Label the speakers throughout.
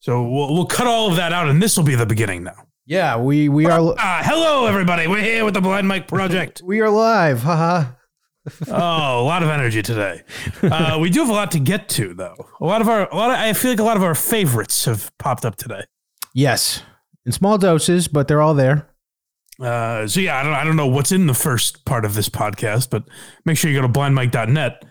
Speaker 1: So we'll, we'll cut all of that out, and this will be the beginning now.
Speaker 2: Yeah, we we are
Speaker 1: Ah, hello, everybody. We're here with the Blind Mike Project.
Speaker 2: we are live. Haha.
Speaker 1: oh, a lot of energy today. Uh, we do have a lot to get to, though. A lot of our, a lot of, I feel like a lot of our favorites have popped up today.
Speaker 2: Yes, in small doses, but they're all there.
Speaker 1: Uh, so yeah, I don't, I don't know what's in the first part of this podcast, but make sure you go to blindmike.net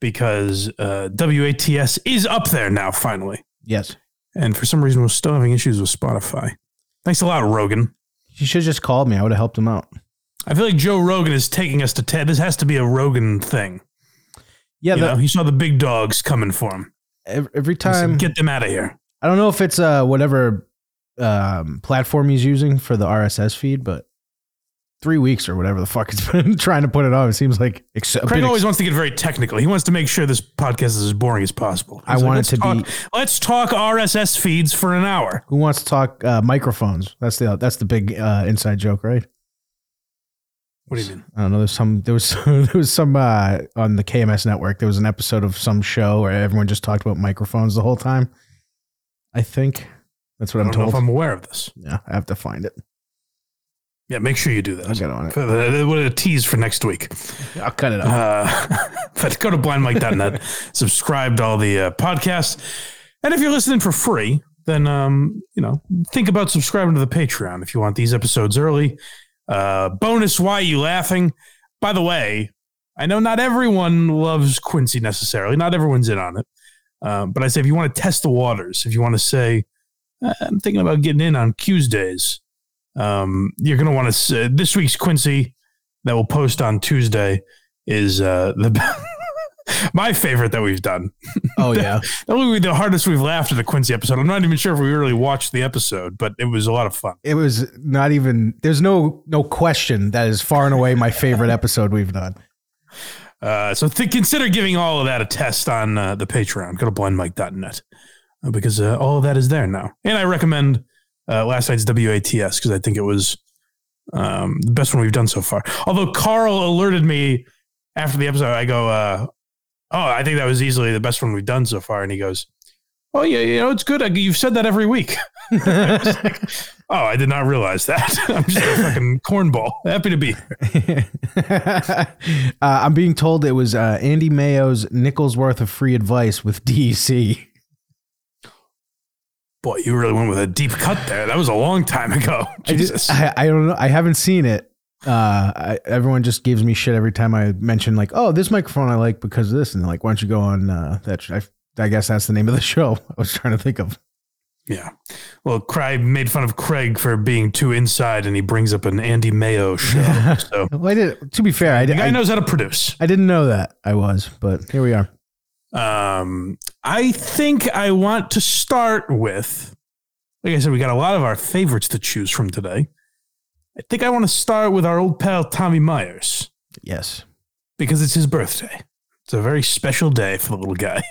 Speaker 1: because uh, WATS is up there now finally.
Speaker 2: Yes,
Speaker 1: And for some reason, we're still having issues with Spotify. Thanks a lot, Rogan.
Speaker 2: he should have just called me. I would have helped him out.
Speaker 1: I feel like Joe Rogan is taking us to Ted. This has to be a Rogan thing.
Speaker 2: Yeah,
Speaker 1: you
Speaker 2: the,
Speaker 1: know, he saw the big dogs coming for him.
Speaker 2: ev- every
Speaker 1: He said,
Speaker 2: time
Speaker 1: Get them out of here.
Speaker 2: I don't know if it's uh whatever um, platform he's using for the RSS feed, but three weeks or whatever the fuck it's been trying to put it on. It seems like ex- a
Speaker 1: Craig
Speaker 2: bit
Speaker 1: always wants to get very technical. He wants to make sure this podcast is as boring as possible.
Speaker 2: I want it
Speaker 1: "Let's
Speaker 2: to be-
Speaker 1: talk- Let's talk RSS feeds for an hour.
Speaker 2: Who wants to talk uh, microphones? That's the that's the big uh, inside joke, right?
Speaker 1: What do you mean?
Speaker 2: I don't know. There's some. There was there was some uh, on the KMS network. There was an episode of some show where everyone just talked about microphones the whole time. I think that's what
Speaker 1: I
Speaker 2: I'm
Speaker 1: don't know
Speaker 2: told.
Speaker 1: if I'm aware of this.
Speaker 2: yeah, I have to find it.
Speaker 1: Yeah, make sure you do
Speaker 2: I'll
Speaker 1: that.
Speaker 2: get on it.
Speaker 1: For the- What a tease for next week.
Speaker 2: I'll cut it out.
Speaker 1: Uh, but go to blindmike.net, subscribe to all the uh, podcasts. And if you're listening for free, then, um, you know, think about subscribing to the Patreon if you want these episodes early. Uh, bonus Why You Laughing? By the way, I know not everyone loves Quincy necessarily. Not everyone's in on it. Um, but I say if you want to test the waters, if you want to say, "Uh, I'm thinking about getting in on Tuesdays, um, you're going to want to. Uh, this week's Quincy that we'll post on Tuesday is uh, the my favorite that we've done.
Speaker 2: Oh yeah,
Speaker 1: That will be the hardest we've laughed at the Quincy episode. I'm not even sure if we really watched the episode, but it was a lot of fun.
Speaker 2: it was not even. There's no no question that is far and away my favorite episode we've done.
Speaker 1: Uh, so th- consider giving all of that a test on uh, the Patreon. Go to blindmike.net uh, because uh, all of that is there now. And I recommend uh, last night's WATS because I think it was um, the best one we've done so far. Although Carl alerted me after the episode, I go, uh, "Oh, I think that was easily the best one we've done so far." And he goes, "Oh yeah, you know it's good. I, you've said that every week." Oh, I did not realize that. I'm just a fucking cornball. Happy to be here.
Speaker 2: uh, I'm being told it was uh, Andy Mayo's nickels worth of free advice with E DEC.
Speaker 1: Boy, you really went with a deep cut there. That was a long time ago.
Speaker 2: I just-
Speaker 1: Jesus.
Speaker 2: I, I don't know. I haven't seen it. Uh, I, everyone just gives me shit every time I mention like, oh, this microphone I like because of this, and they're like, why don't you go on uh, that? sh- I, I guess that's the name of the show. I was trying to think of.
Speaker 1: Yeah. Well, Craig made fun of Craig for being too inside, and he brings up an Andy Mayo show. So
Speaker 2: Well, I did. To be fair, I,
Speaker 1: the
Speaker 2: did,
Speaker 1: guy
Speaker 2: I,
Speaker 1: knows how to produce.
Speaker 2: I didn't know that I was, but here we are.
Speaker 1: Um, I think I want to start with, like I said, we got a lot of our favorites to choose from today. I think I want to start with our old pal Tommy Myers
Speaker 2: Yes.
Speaker 1: because it's his birthday. It's a very special day for the little guy.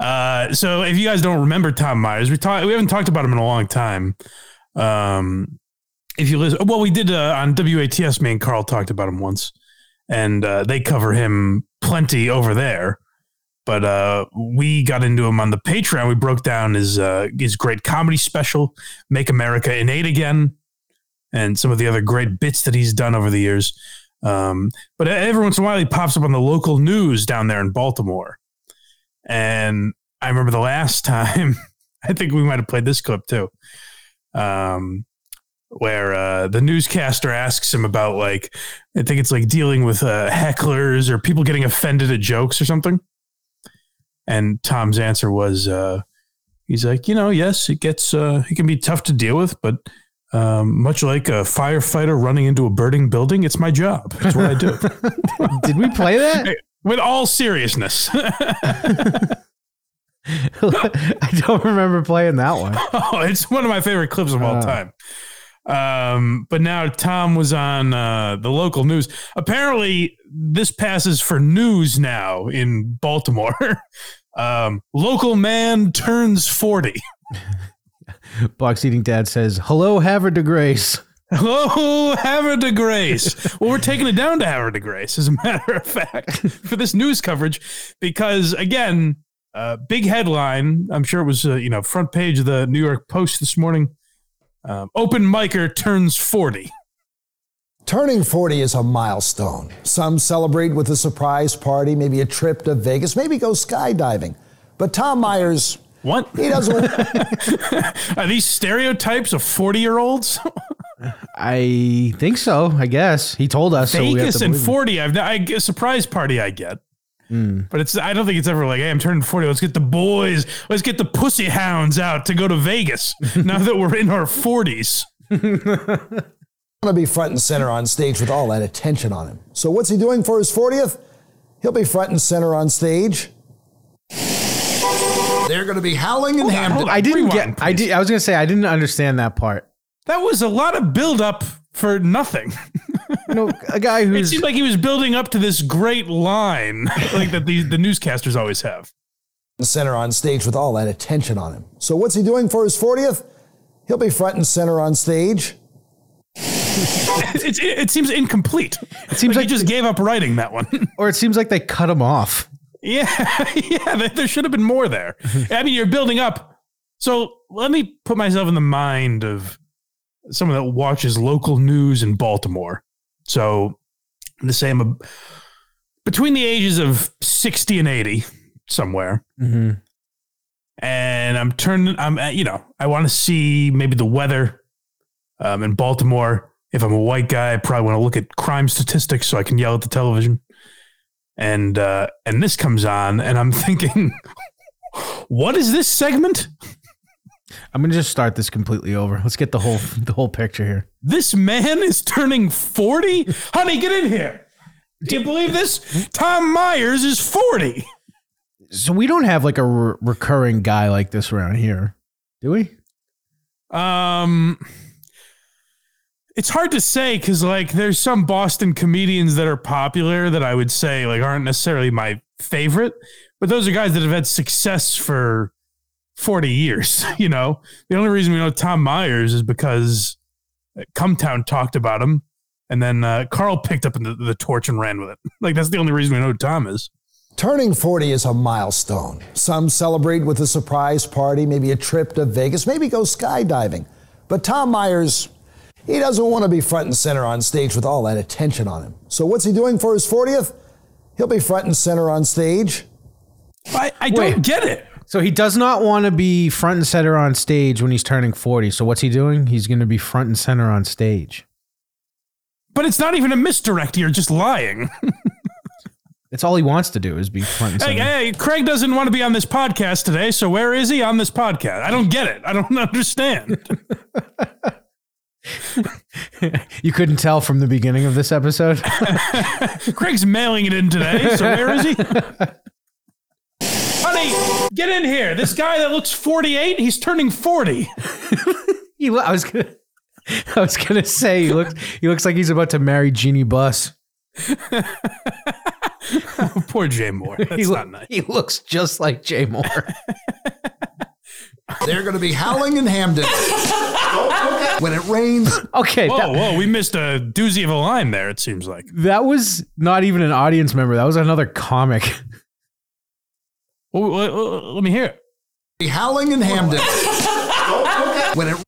Speaker 1: Uh, so if you guys don't remember Tom Myers, we talk, we haven't talked about him in a long time. Um, if you listen, well, we did uh, on WATS. Me and Carl talked about him once, and uh, they cover him plenty over there. But uh, we got into him on the Patreon. We broke down his uh, his great comedy special, "Make America Innate Again," and some of the other great bits that he's done over the years. Um, but every once in a while, he pops up on the local news down there in Baltimore, and I remember the last time, I think we might have played this clip too, um, where uh, the newscaster asks him about, like, I think it's like dealing with uh, hecklers or people getting offended at jokes or something. And Tom's answer was, uh, he's like, you know, yes, it gets, uh, it can be tough to deal with, but. Um, much like a firefighter running into a burning building, it's my job. It's what I do.
Speaker 2: Did we play that?
Speaker 1: With all seriousness,
Speaker 2: I don't remember playing that one.
Speaker 1: Oh, it's one of my favorite clips of all
Speaker 2: Ah.
Speaker 1: time. Um, but now Tom was on uh, the local news. Apparently, this passes for news now in Baltimore. um, local man turns 40.
Speaker 2: Box eating dad says, "Hello, Havard de Grace."
Speaker 1: Hello, Havre de Grace. Oh, well, we're taking it down to Havre de Grace, as a matter of fact, for this news coverage, because again, Uh, big headline. I'm sure it was, uh, you know, front page of the New York Post this morning. Um, open micer turns 40.
Speaker 3: Turning 40 is a milestone. Some celebrate with a surprise party, maybe a trip to Vegas, maybe go skydiving. But Tom Myers,
Speaker 1: What?
Speaker 3: he doesn't.
Speaker 1: Are these stereotypes of 40 year olds?
Speaker 2: I think so. I guess he told us. so we have
Speaker 1: Vegas
Speaker 2: to
Speaker 1: and
Speaker 2: believe Hmm. him.
Speaker 1: 40. I've, I a surprise party I get. But it's I don't think it's ever like, hey, I'm turning 40. Let's get the boys, let's get the pussy hounds out to go to Vegas now that we're in our 40s.
Speaker 3: want to be front and center on stage with all that attention on him. So what's he doing for his 40th? He'll be front and center on stage. They're going to be howling and hammered.
Speaker 1: Hold on,
Speaker 2: I didn't
Speaker 1: rewind,
Speaker 2: get. I
Speaker 1: please.
Speaker 2: did. I was gonna say I didn't understand that part.
Speaker 1: That was a lot of buildup for nothing.
Speaker 2: You know, a guy
Speaker 1: It
Speaker 2: who's
Speaker 1: seemed like he was building up to this great line, like that the, the newscasters always have.
Speaker 3: and center on stage with all that attention on him. So what's he doing for his 40th? He'll be front and center on stage.
Speaker 1: It's, it, it seems incomplete. It
Speaker 2: seems
Speaker 1: seems like,
Speaker 2: like-
Speaker 1: he just gave up writing that one.
Speaker 2: or it seems like they cut him off.
Speaker 1: Yeah, yeah. There, there should have been more there. I mean, you're building up. So let me put myself in the mind of someone that watches local news in Baltimore. So the same between the ages of sixty and eighty, somewhere. And I'm turning. I'm at, you know I want to see maybe the weather um, in Baltimore. If I'm a white guy, I probably want to look at crime statistics so I can yell at the television and uh, and this comes on, and I'm thinking, what is this segment?
Speaker 2: I'm gonna just start this completely over. Let's get the whole the whole picture here.
Speaker 1: This man is turning forty. Honey, get in here. Do you believe this? Tom Myers is forty.
Speaker 2: So we don't have like a re- recurring guy like this around here, do we?
Speaker 1: Um, it's hard to say because like there's some Boston comedians that are popular that I would say like aren't necessarily my favorite, but those are guys that have had success for forty years. You know, the only reason we know Tom Myers is because uh, Cumtown talked about him, and then uh, Carl picked up the, the torch and ran with it. Like that's the only reason we know who Tom is.
Speaker 3: Turning 40 is a milestone. Some celebrate with a surprise party, maybe a trip to Vegas, maybe go skydiving. But Tom Myers, he doesn't want to be front and center on stage with all that attention on him. So what's he doing for his 40th? He'll be front and center on stage.
Speaker 1: I, I
Speaker 2: Wait.
Speaker 1: don't get it.
Speaker 2: So he does not want to be front and center on stage when he's turning 40. So what's he doing? He's going to be front and center on stage.
Speaker 1: But it's not even a misdirect. You're just lying.
Speaker 2: That's all he wants to do is be front and
Speaker 1: Hey,
Speaker 2: center.
Speaker 1: hey, Craig doesn't want to be on this podcast today, so where is he on this podcast? I don't get it. I don't understand.
Speaker 2: You couldn't tell from the beginning of this episode.
Speaker 1: Craig's mailing it in today, so where is he? Honey, get in here. This guy that looks 48, he's turning 40.
Speaker 2: he, lo- I was gonna, I was gonna say he looks, he looks like he's about to marry Jeannie Buss.
Speaker 1: Oh, poor Jay Moore.
Speaker 2: He,
Speaker 1: That's
Speaker 2: loo-
Speaker 1: not nice.
Speaker 2: he looks just like Jay Moore.
Speaker 3: They're going to be howling and hamden. when it rains,
Speaker 2: okay,
Speaker 1: Whoa,
Speaker 2: that,
Speaker 1: whoa, we missed a doozy of a line there, it seems like.
Speaker 2: that was not even an audience member. That was another comic.
Speaker 1: Well, well, well, let me hear it.
Speaker 3: be howling and hamden. when it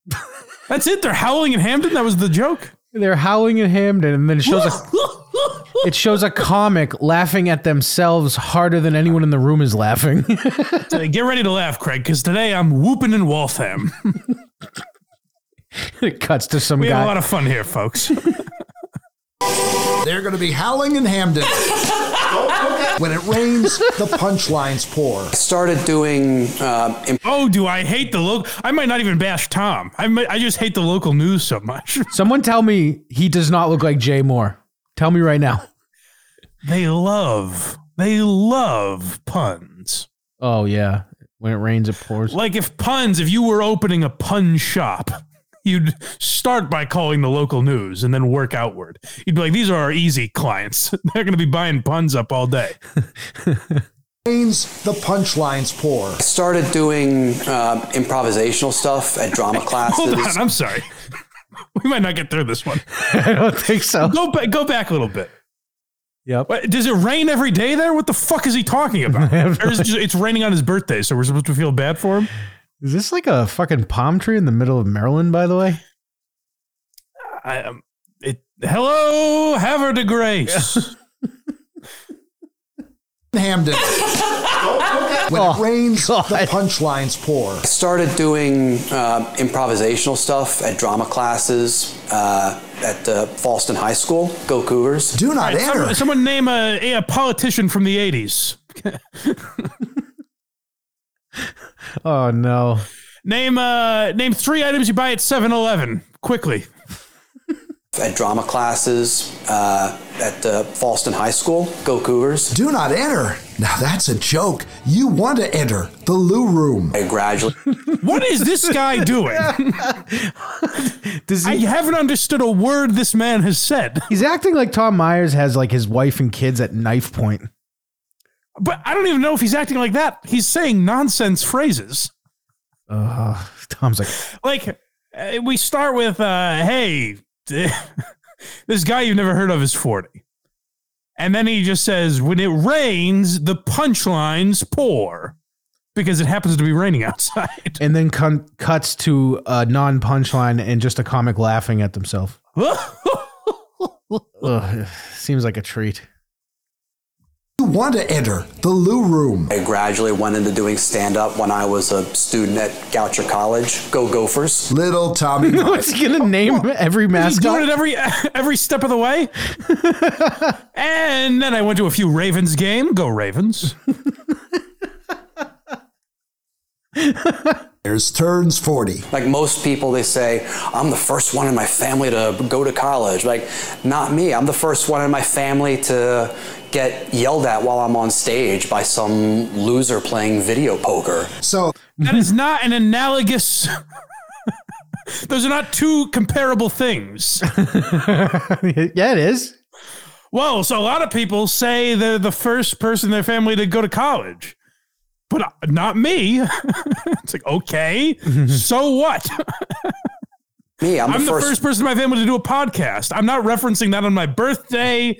Speaker 1: That's it. They're howling in Hamden. That was the joke.
Speaker 2: They're howling at Hamden, and then it shows a, it shows a comic laughing at themselves harder than anyone in the room is laughing.
Speaker 1: uh, Get ready to laugh, Craig, because today I'm whooping in Waltham.
Speaker 2: it cuts to some
Speaker 1: We
Speaker 2: guy.
Speaker 1: had a lot of fun here, folks.
Speaker 3: They're going to be howling in Hamden. when it rains, the punchlines pour.
Speaker 4: started doing uh, imp-
Speaker 1: Oh, do I hate the local? I might not even bash Tom. I might, I just hate the local news so much.
Speaker 2: Someone tell me he does not look like Jay Moore. Tell me right now.
Speaker 1: They love they love puns.
Speaker 2: Oh yeah, when it rains, it pours.
Speaker 1: Like if puns, if you were opening a pun shop, you'd start by calling the local news and then work outward. You'd be like, these are our easy clients. They're going to be buying puns up all day.
Speaker 3: Rains, the punchlines pour.
Speaker 4: started doing uh, improvisational stuff at drama
Speaker 1: Hold
Speaker 4: classes.
Speaker 1: on, I'm sorry. We might not get through this one.
Speaker 2: I don't think so.
Speaker 1: Go back, go back a little bit.
Speaker 2: Yep.
Speaker 1: What, does it rain every day there? What the fuck is he talking about?
Speaker 2: have
Speaker 1: Or is it just- it's raining on his birthday, so we're supposed to feel bad for him.
Speaker 2: Is this like a fucking palm tree in the middle of Maryland, by the way?
Speaker 1: I, um, it, hello, Haver de Grace.
Speaker 3: Hamden. when it rains, the
Speaker 2: God.
Speaker 3: punchlines pour.
Speaker 4: I started doing uh, improvisational stuff at drama classes uh, at uh, Falston High School. Go Cougars.
Speaker 3: Do not enter.
Speaker 1: someone, someone name a, a, politician from the '80s.
Speaker 2: Oh no.
Speaker 1: Name uh, name three items you buy at 7-Eleven quickly.
Speaker 4: at drama classes uh, at uh, Falston High School. Go Cougars.
Speaker 3: Do not enter. Now that's a joke. You want to enter the loo room.
Speaker 4: I gradually
Speaker 1: What is this guy doing?
Speaker 2: Does
Speaker 1: I
Speaker 2: he,
Speaker 1: haven't understood a word this man has said.
Speaker 2: he's acting like Tom Myers has like his wife and kids at knife point.
Speaker 1: But I don't even know if he's acting like that. He's saying nonsense phrases.
Speaker 2: Uh, Tom's like,
Speaker 1: Like uh, we start with, uh, "Hey, this guy you've never heard of is 40." And then he just says, "When it rains, the punchlines pour." Because it happens to be raining outside.
Speaker 2: and then con- cuts to a non punchline and just a comic laughing at themselves. Ugh, seems like a treat.
Speaker 3: You want to enter the loo room.
Speaker 4: I gradually went into doing stand up when I was a student at Goucher College. Go Gophers.
Speaker 3: Little Tommy.
Speaker 2: No, it's gonna name every
Speaker 1: He's doing it
Speaker 2: mascot.
Speaker 1: every every step of the way. and then I went to a few Ravens game. Go Ravens.
Speaker 3: Myers turns 40.
Speaker 4: Like most people, they say, I'm the first one in my family to go to college. Like, not me. I'm the first one in my family to get yelled at while I'm on stage by some loser playing video poker.
Speaker 3: So
Speaker 1: That is not an analogous. Those are not two comparable things.
Speaker 2: yeah, it is.
Speaker 1: Well, so a lot of people say they're the first person in their family to go to college, but not me. it's like, okay, so what?
Speaker 4: Me, I'm,
Speaker 1: I'm
Speaker 4: the, first,
Speaker 1: person in my family to do a podcast. I'm not referencing that on my birthday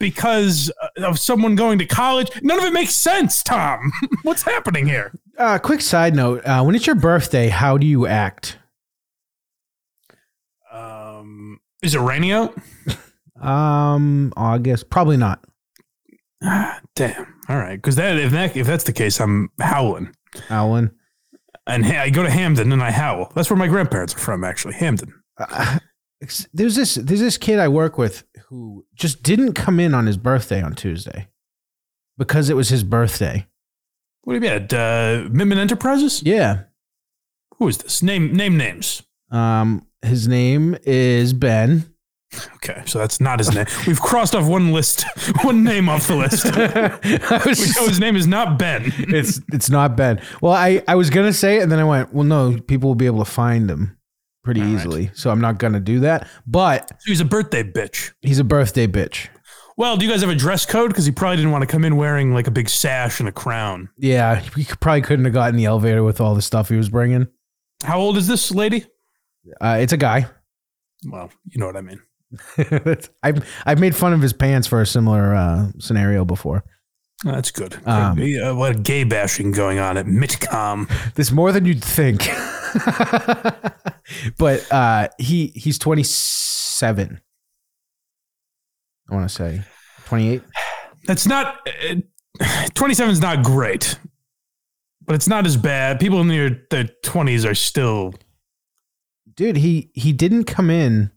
Speaker 1: because uh, of someone going to college. None of it makes sense, Tom. What's happening here?
Speaker 2: Uh, quick side note: uh, When it's your birthday, how do you act?
Speaker 1: Um, is it raining out?
Speaker 2: Um, August, probably not.
Speaker 1: Damn. All right, because that if that if that's the case, I'm howling,
Speaker 2: Alan,
Speaker 1: and ha- I go to Hamden and I howl. That's where my grandparents are from, actually, Hamden.
Speaker 2: Ex- there's this there's this kid I work with who just didn't come in on his birthday on Tuesday because it was his birthday.
Speaker 1: What do you mean, at, uh, Midman Enterprises?
Speaker 2: Yeah.
Speaker 1: Who is this? Name name names.
Speaker 2: Um, his name is Ben.
Speaker 1: Okay, so that's not his name. We've crossed off one list, one name off the list.
Speaker 2: I was
Speaker 1: We
Speaker 2: just-
Speaker 1: know his name is not Ben.
Speaker 2: it's it's not Ben. Well, I I was gonna say it, and then I went, well, no, people will be able to find him pretty
Speaker 1: All right.
Speaker 2: easily, so I'm not gonna do that. But
Speaker 1: He's a birthday bitch.
Speaker 2: he's a birthday bitch.
Speaker 1: Well, do you guys have a dress code? Because he probably didn't want to come in wearing like a big sash and a crown.
Speaker 2: Yeah, he could- probably couldn't have gotten the elevator with all the stuff he was bringing.
Speaker 1: How old is this lady?
Speaker 2: Uh, it's a guy.
Speaker 1: Well, you know what I mean.
Speaker 2: I've I've made fun of his pants for a similar uh, scenario before.
Speaker 1: That's good.
Speaker 2: Um,
Speaker 1: Yeah, what gay bashing going on at MITCOM?
Speaker 2: There's more than you'd think. but uh, he he's 27. I want to say 28.
Speaker 1: That's not. Twenty-seven is not great, but it's not as bad. People in their their twenties are still.
Speaker 2: Dude, he he didn't come in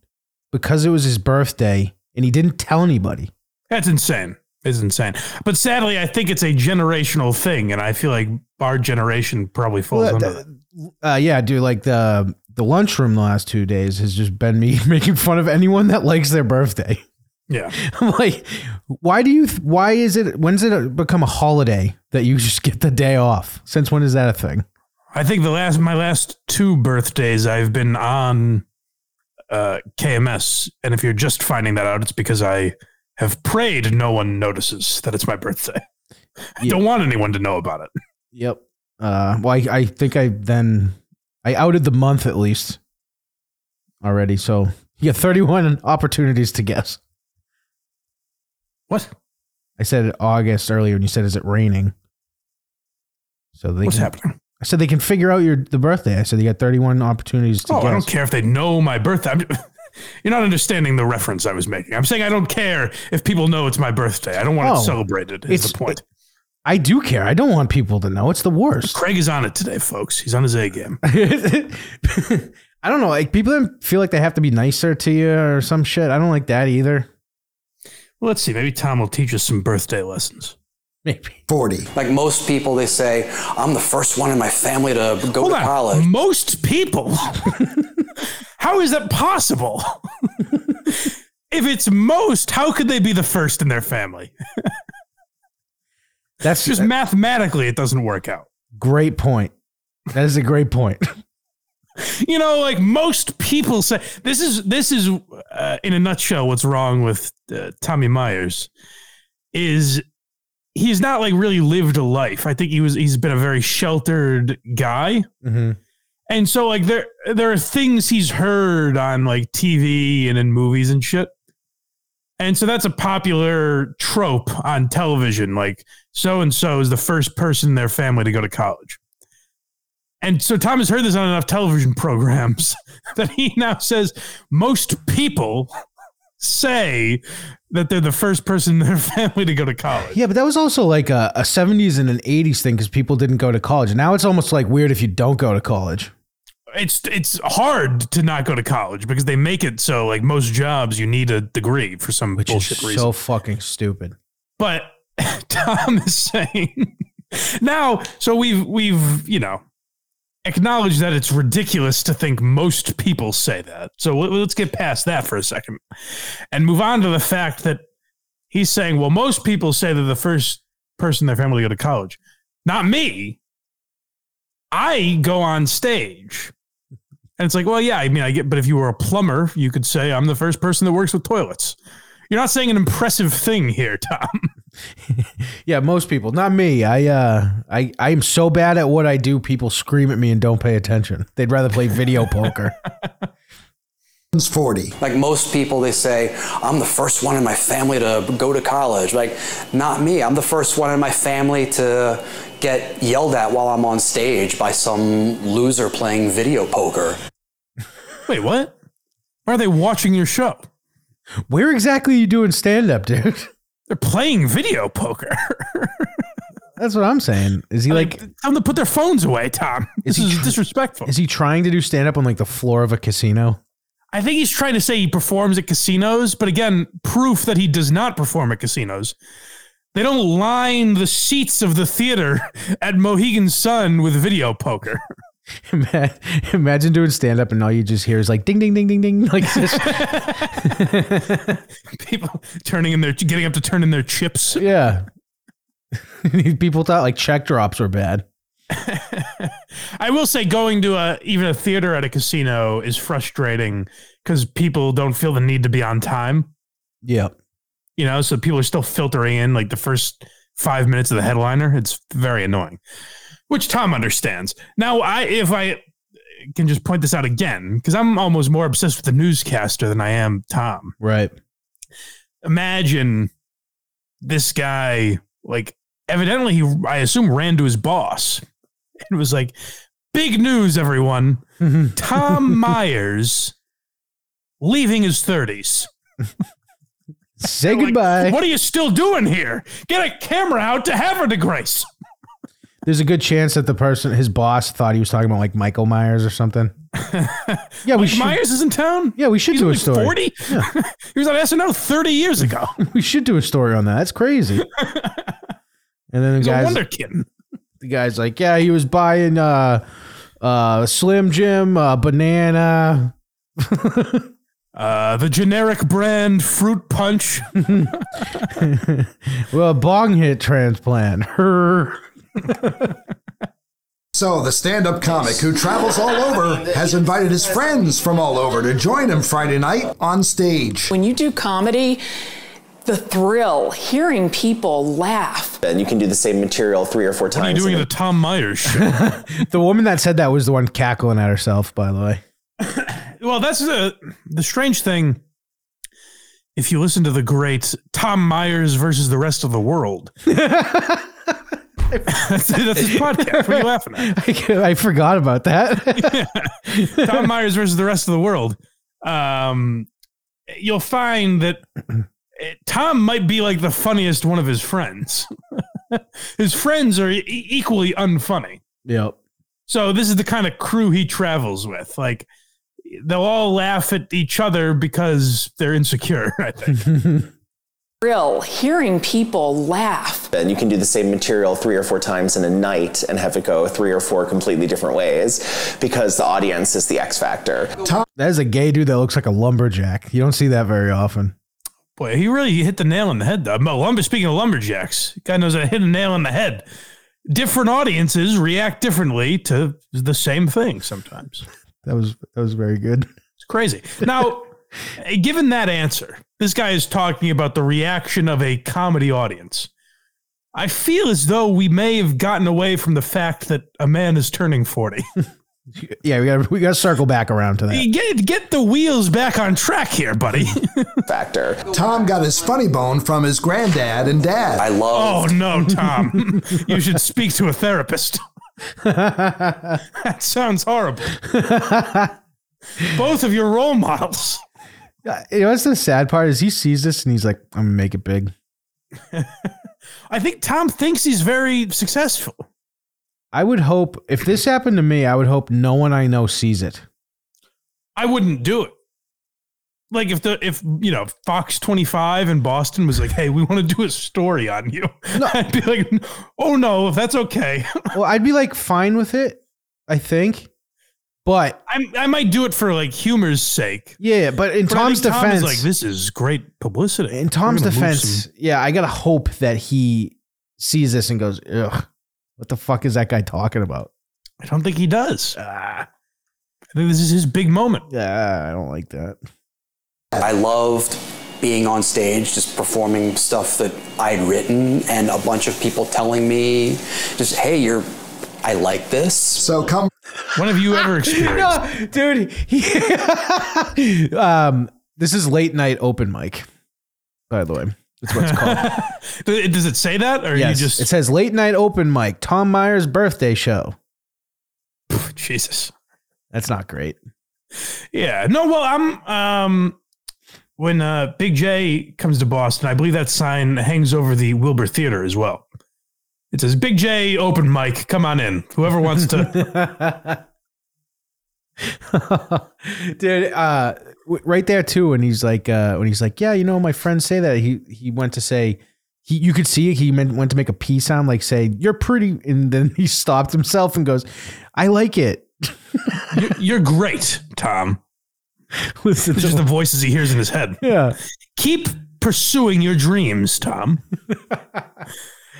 Speaker 2: because it was his birthday and he didn't tell anybody.
Speaker 1: That's insane. It's insane. But sadly, I think it's a generational thing, and I feel like our generation probably falls
Speaker 2: Well,
Speaker 1: under.
Speaker 2: that-
Speaker 1: that.
Speaker 2: Uh, yeah, dude, like the the lunchroom the last two days has just been me making fun of anyone that likes their birthday.
Speaker 1: Yeah.
Speaker 2: I'm like, why do you? th- Why is it? When's it become a holiday that you just get the day off? Since when is that a thing?
Speaker 1: I think the last my last two birthdays I've been on uh, KMS, and if you're just finding that out, it's because I have prayed no one notices that it's my birthday. I
Speaker 2: Yeah.
Speaker 1: don't want anyone to know about it.
Speaker 2: Yep. Uh, well, I, I think I then I outed the month at least already. So you got 31 opportunities to guess.
Speaker 1: What?
Speaker 2: I said August earlier, and you said, "Is it raining?" So they
Speaker 1: What's
Speaker 2: can,
Speaker 1: happening?
Speaker 2: I said they can figure out your the birthday. I said you got 31 opportunities to
Speaker 1: Oh, I
Speaker 2: guess.
Speaker 1: don't care if they know my birthday. I'm, you're not understanding the reference I was making. I'm saying I don't care if people know it's my birthday. I don't want
Speaker 2: Oh,
Speaker 1: it celebrated. Is
Speaker 2: it's-
Speaker 1: the point?
Speaker 2: I do care. I don't want people to know. It's the worst.
Speaker 1: Craig is on it today, folks. He's on his A game.
Speaker 2: I don't know. Like people don't feel like they have to be nicer to you or some shit. I don't like that either.
Speaker 1: Well, let's see. Maybe Tom will teach us some birthday lessons.
Speaker 2: Maybe.
Speaker 3: 40.
Speaker 4: Like most people, they say, I'm the first one in my family to go
Speaker 1: Hold
Speaker 4: to
Speaker 1: on.
Speaker 4: college.
Speaker 1: Most people. how is that possible? if it's most, how could they be the first in their family?
Speaker 2: That's
Speaker 1: Just
Speaker 2: just a
Speaker 1: mathematically, it doesn't work out.
Speaker 2: great point. That is a great point.
Speaker 1: You know, like most people say, this is this is uh, in a nutshell what's wrong with uh, Tommy Myers is he's not like really lived a life. I think he was he's been a very sheltered guy.
Speaker 2: Mhm.
Speaker 1: And so like there there are things he's heard on like TV and in movies and shit. And so that's a popular trope on television like so and so is the first person in their family to go to college. And so Tom has heard this on enough television programs that he now says most people say that they're the first person in their family to go to college.
Speaker 2: Yeah, but that was also like a, a 70s and an 80s thing because people didn't go to college. Now it's almost like weird if you don't go to college.
Speaker 1: it's it's hard to not go to college because they make it so like most jobs you need a degree for some
Speaker 2: Which
Speaker 1: bullshit
Speaker 2: is
Speaker 1: reason.
Speaker 2: so fucking stupid.
Speaker 1: but Tom is saying now, so we've we've you know acknowledged that it's ridiculous to think most people say that. So let- let's get past that for a second and move on to the fact that he's saying, well, most people say they're the first person in their family to go to college. Not me. I go on stage. And it's like, well, yeah, I mean, I get, but if you were a plumber, you could say, I'm the first person that works with toilets. You're not saying an impressive thing here, Tom.
Speaker 2: Yeah, most people, not me. I uh I I am so bad at what I do, people scream at me and don't pay attention. They'd rather play video poker.
Speaker 3: 40.
Speaker 4: Like most people, they say, I'm the first one in my family to go to college. Like, not me. I'm the first one in my family to get yelled at while I'm on stage by some loser playing video poker.
Speaker 1: Wait, what? Why are they watching your show?
Speaker 2: Where exactly are you doing stand up, dude?
Speaker 1: They're playing video poker.
Speaker 2: That's what I'm saying. Is he like
Speaker 1: Tell them to put their phones away, Tom.
Speaker 2: Is
Speaker 1: This
Speaker 2: he
Speaker 1: is
Speaker 2: tr-
Speaker 1: disrespectful.
Speaker 2: is he trying to do stand up on like the floor of a casino?
Speaker 1: I think he's trying to say he performs at casinos, but again, proof that he does not perform at casinos. They don't line the seats of the theater at Mohegan Sun with video poker.
Speaker 2: Ima- Imagine doing stand up and all you just hear is like ding ding ding ding ding like this.
Speaker 1: People turning in their getting up to turn in their chips.
Speaker 2: yeah. people thought like check drops were bad.
Speaker 1: I will say going to a even a theater at a casino is frustrating because people don't feel the need to be on time.
Speaker 2: Yeah.
Speaker 1: You know, so people are still filtering in like the first five minutes of the headliner. It's very annoying, which Tom understands. Now, I if I can just point this out again because I'm almost more obsessed with the newscaster than I am Tom.
Speaker 2: Right.
Speaker 1: Imagine this guy like evidently he I assume ran to his boss and was like, "Big news, everyone." Tom Myers leaving his 30s.
Speaker 2: Say
Speaker 1: Like,
Speaker 2: goodbye.
Speaker 1: what are you still doing here? Get a camera out to have her to grace.
Speaker 2: There's a good chance that the person, his boss, thought he was talking about like Michael Myers or something. Yeah, we should.
Speaker 1: Myers is in town?
Speaker 2: Oh, Yeah, we should
Speaker 1: He's
Speaker 2: do a
Speaker 1: only
Speaker 2: story.
Speaker 1: 40? he was on SNL 30 years ago.
Speaker 2: We should do a story on that. That's crazy. and then the
Speaker 1: He's a
Speaker 2: guys,
Speaker 1: wonder kitten.
Speaker 2: the guy's like, yeah, he was buying uh, uh, Slim Jim, uh, banana.
Speaker 1: Uh, the generic brand Fruit Punch.
Speaker 2: Well, bong hit transplant. Her.
Speaker 3: So, the stand up comic who travels all over has invited his friends from all over to join him Friday night on stage.
Speaker 5: When you do comedy, the thrill, hearing people laugh.
Speaker 6: and you can do the same material three or four
Speaker 1: What are you
Speaker 6: times.
Speaker 1: doing at the Tom Myers show?
Speaker 2: The woman that said that was the one cackling at herself, by the way.
Speaker 1: uh, well, that's the, the strange thing if you listen to the great Tom Myers versus the rest of the world. that's, that's his podcast. What are you laughing at?
Speaker 2: I forgot about that.
Speaker 1: Tom Myers versus the rest of the world, um, you'll find that eh, Tom might be like the funniest one of his friends. his friends are e- equally unfunny.
Speaker 2: yep.
Speaker 1: So this is the kind of crew he travels with. Like they'll all laugh at each other because they're insecure. I think.
Speaker 5: thrill hearing people laugh.
Speaker 6: And you can do the same material three or four times in a night and have it go three or four completely different ways because the audience is the X factor.
Speaker 2: That is a gay dude that looks like a lumberjack. You don't see that very often.
Speaker 1: Boy, he really hit the nail on the head. Though. Well, lumber. Speaking of lumberjacks, guy knows how to hit a nail on the head. Different audiences react differently to the same thing sometimes.
Speaker 2: That was that was very good.
Speaker 1: It's crazy. Now, given that answer, this guy is talking about the reaction of a comedy audience. I feel as though we may have gotten away from the fact that a man is turning 40.
Speaker 2: Yeah, we got we got to circle back around to that.
Speaker 1: get, get the wheels back on track here, buddy.
Speaker 6: Factor.
Speaker 3: Tom got his funny bone from his granddad and dad.
Speaker 6: I love
Speaker 1: oh, no, Tom. you should speak to a therapist. that sounds horrible. Both of your role models.
Speaker 2: Uh, You know, what's the sad part is he sees this and he's like, "I'm gonna make it big."
Speaker 1: I think Tom thinks he's very successful.
Speaker 2: I would hope if this happened to me, I would hope no one I know sees it.
Speaker 1: I wouldn't do it. Like if the if you know Fox 25 in Boston was like, "Hey, we want to do a story on you," I'd be like, "Oh no, if that's okay,
Speaker 2: Well, I'd be like fine with it, I think. But
Speaker 1: I I might do it for like humor's sake."
Speaker 2: yeah, but in
Speaker 1: But I
Speaker 2: Tom's
Speaker 1: think Tom
Speaker 2: defense,
Speaker 1: is like this is great publicity.
Speaker 2: in Tom's
Speaker 1: We're gonna move
Speaker 2: defense,
Speaker 1: some-
Speaker 2: yeah, I gotta hope that he sees this and goes, "Ugh, what the fuck is that guy talking about?"
Speaker 1: I don't think he does.
Speaker 2: Ah.
Speaker 1: I think this is his big moment.
Speaker 2: Yeah, I don't like that.
Speaker 4: I loved being on stage, just performing stuff that I'd written, and a bunch of people telling me, just, hey, you're, I like this.
Speaker 3: so come
Speaker 1: When have you ever experienced?
Speaker 2: No, dude. he- um, this is late night open mic. By the way, that's what it's called.
Speaker 1: Th- Does it say that, or
Speaker 2: yes,
Speaker 1: you
Speaker 2: it
Speaker 1: just
Speaker 2: says late night open mic. Tom Myers birthday show.
Speaker 1: Jesus?
Speaker 2: That's not great.
Speaker 1: Yeah. No, well, I'm um when uh Big J comes to Boston, I believe that sign hangs over the Wilbur Theater as well. It says Big J open mic, come on in. Whoever wants to
Speaker 2: dude uh w- right there too when he's like uh when he's like yeah you know my friends say that he he went to say he you could see he meant, went to make a p sound like say you're pretty and then he stopped himself and goes i like it
Speaker 1: you're, you're great, Tom.
Speaker 2: Listen
Speaker 1: It's
Speaker 2: to-
Speaker 1: just the voices he hears in his head.
Speaker 2: yeah
Speaker 1: Keep pursuing your dreams, Tom.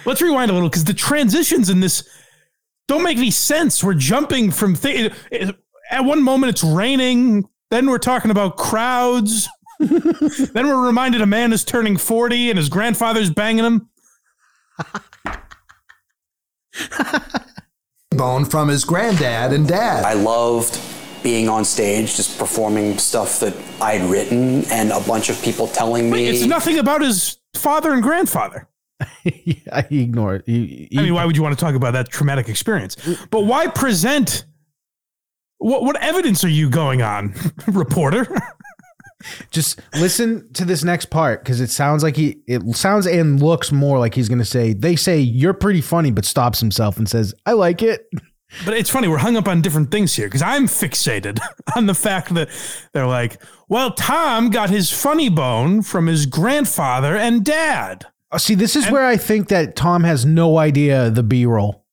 Speaker 1: Let's rewind a little because the transitions in this don't make any sense. We're jumping from thing at one moment it's raining, then we're talking about crowds. then we're reminded a man is turning 40 and his grandfather's banging him.
Speaker 3: bone from his granddad and dad.
Speaker 4: I loved being on stage, just performing stuff that I'd written, and a bunch of people telling me.
Speaker 1: It's nothing about his father and grandfather.
Speaker 2: Yeah, he ignored he, he-
Speaker 1: I mean, why would you want to talk about that traumatic experience? But why present? What, what evidence are you going on, reporter?
Speaker 2: just listen to this next part because it sounds like he it sounds and looks more like he's gonna say they say you're pretty funny but stops himself and says i like it
Speaker 1: But it's funny, we're hung up on different things here because I'm fixated on the fact that they're like, well, Tom got his funny bone from his grandfather and dad.
Speaker 2: Oh, see this is where i think that tom has no idea the b-roll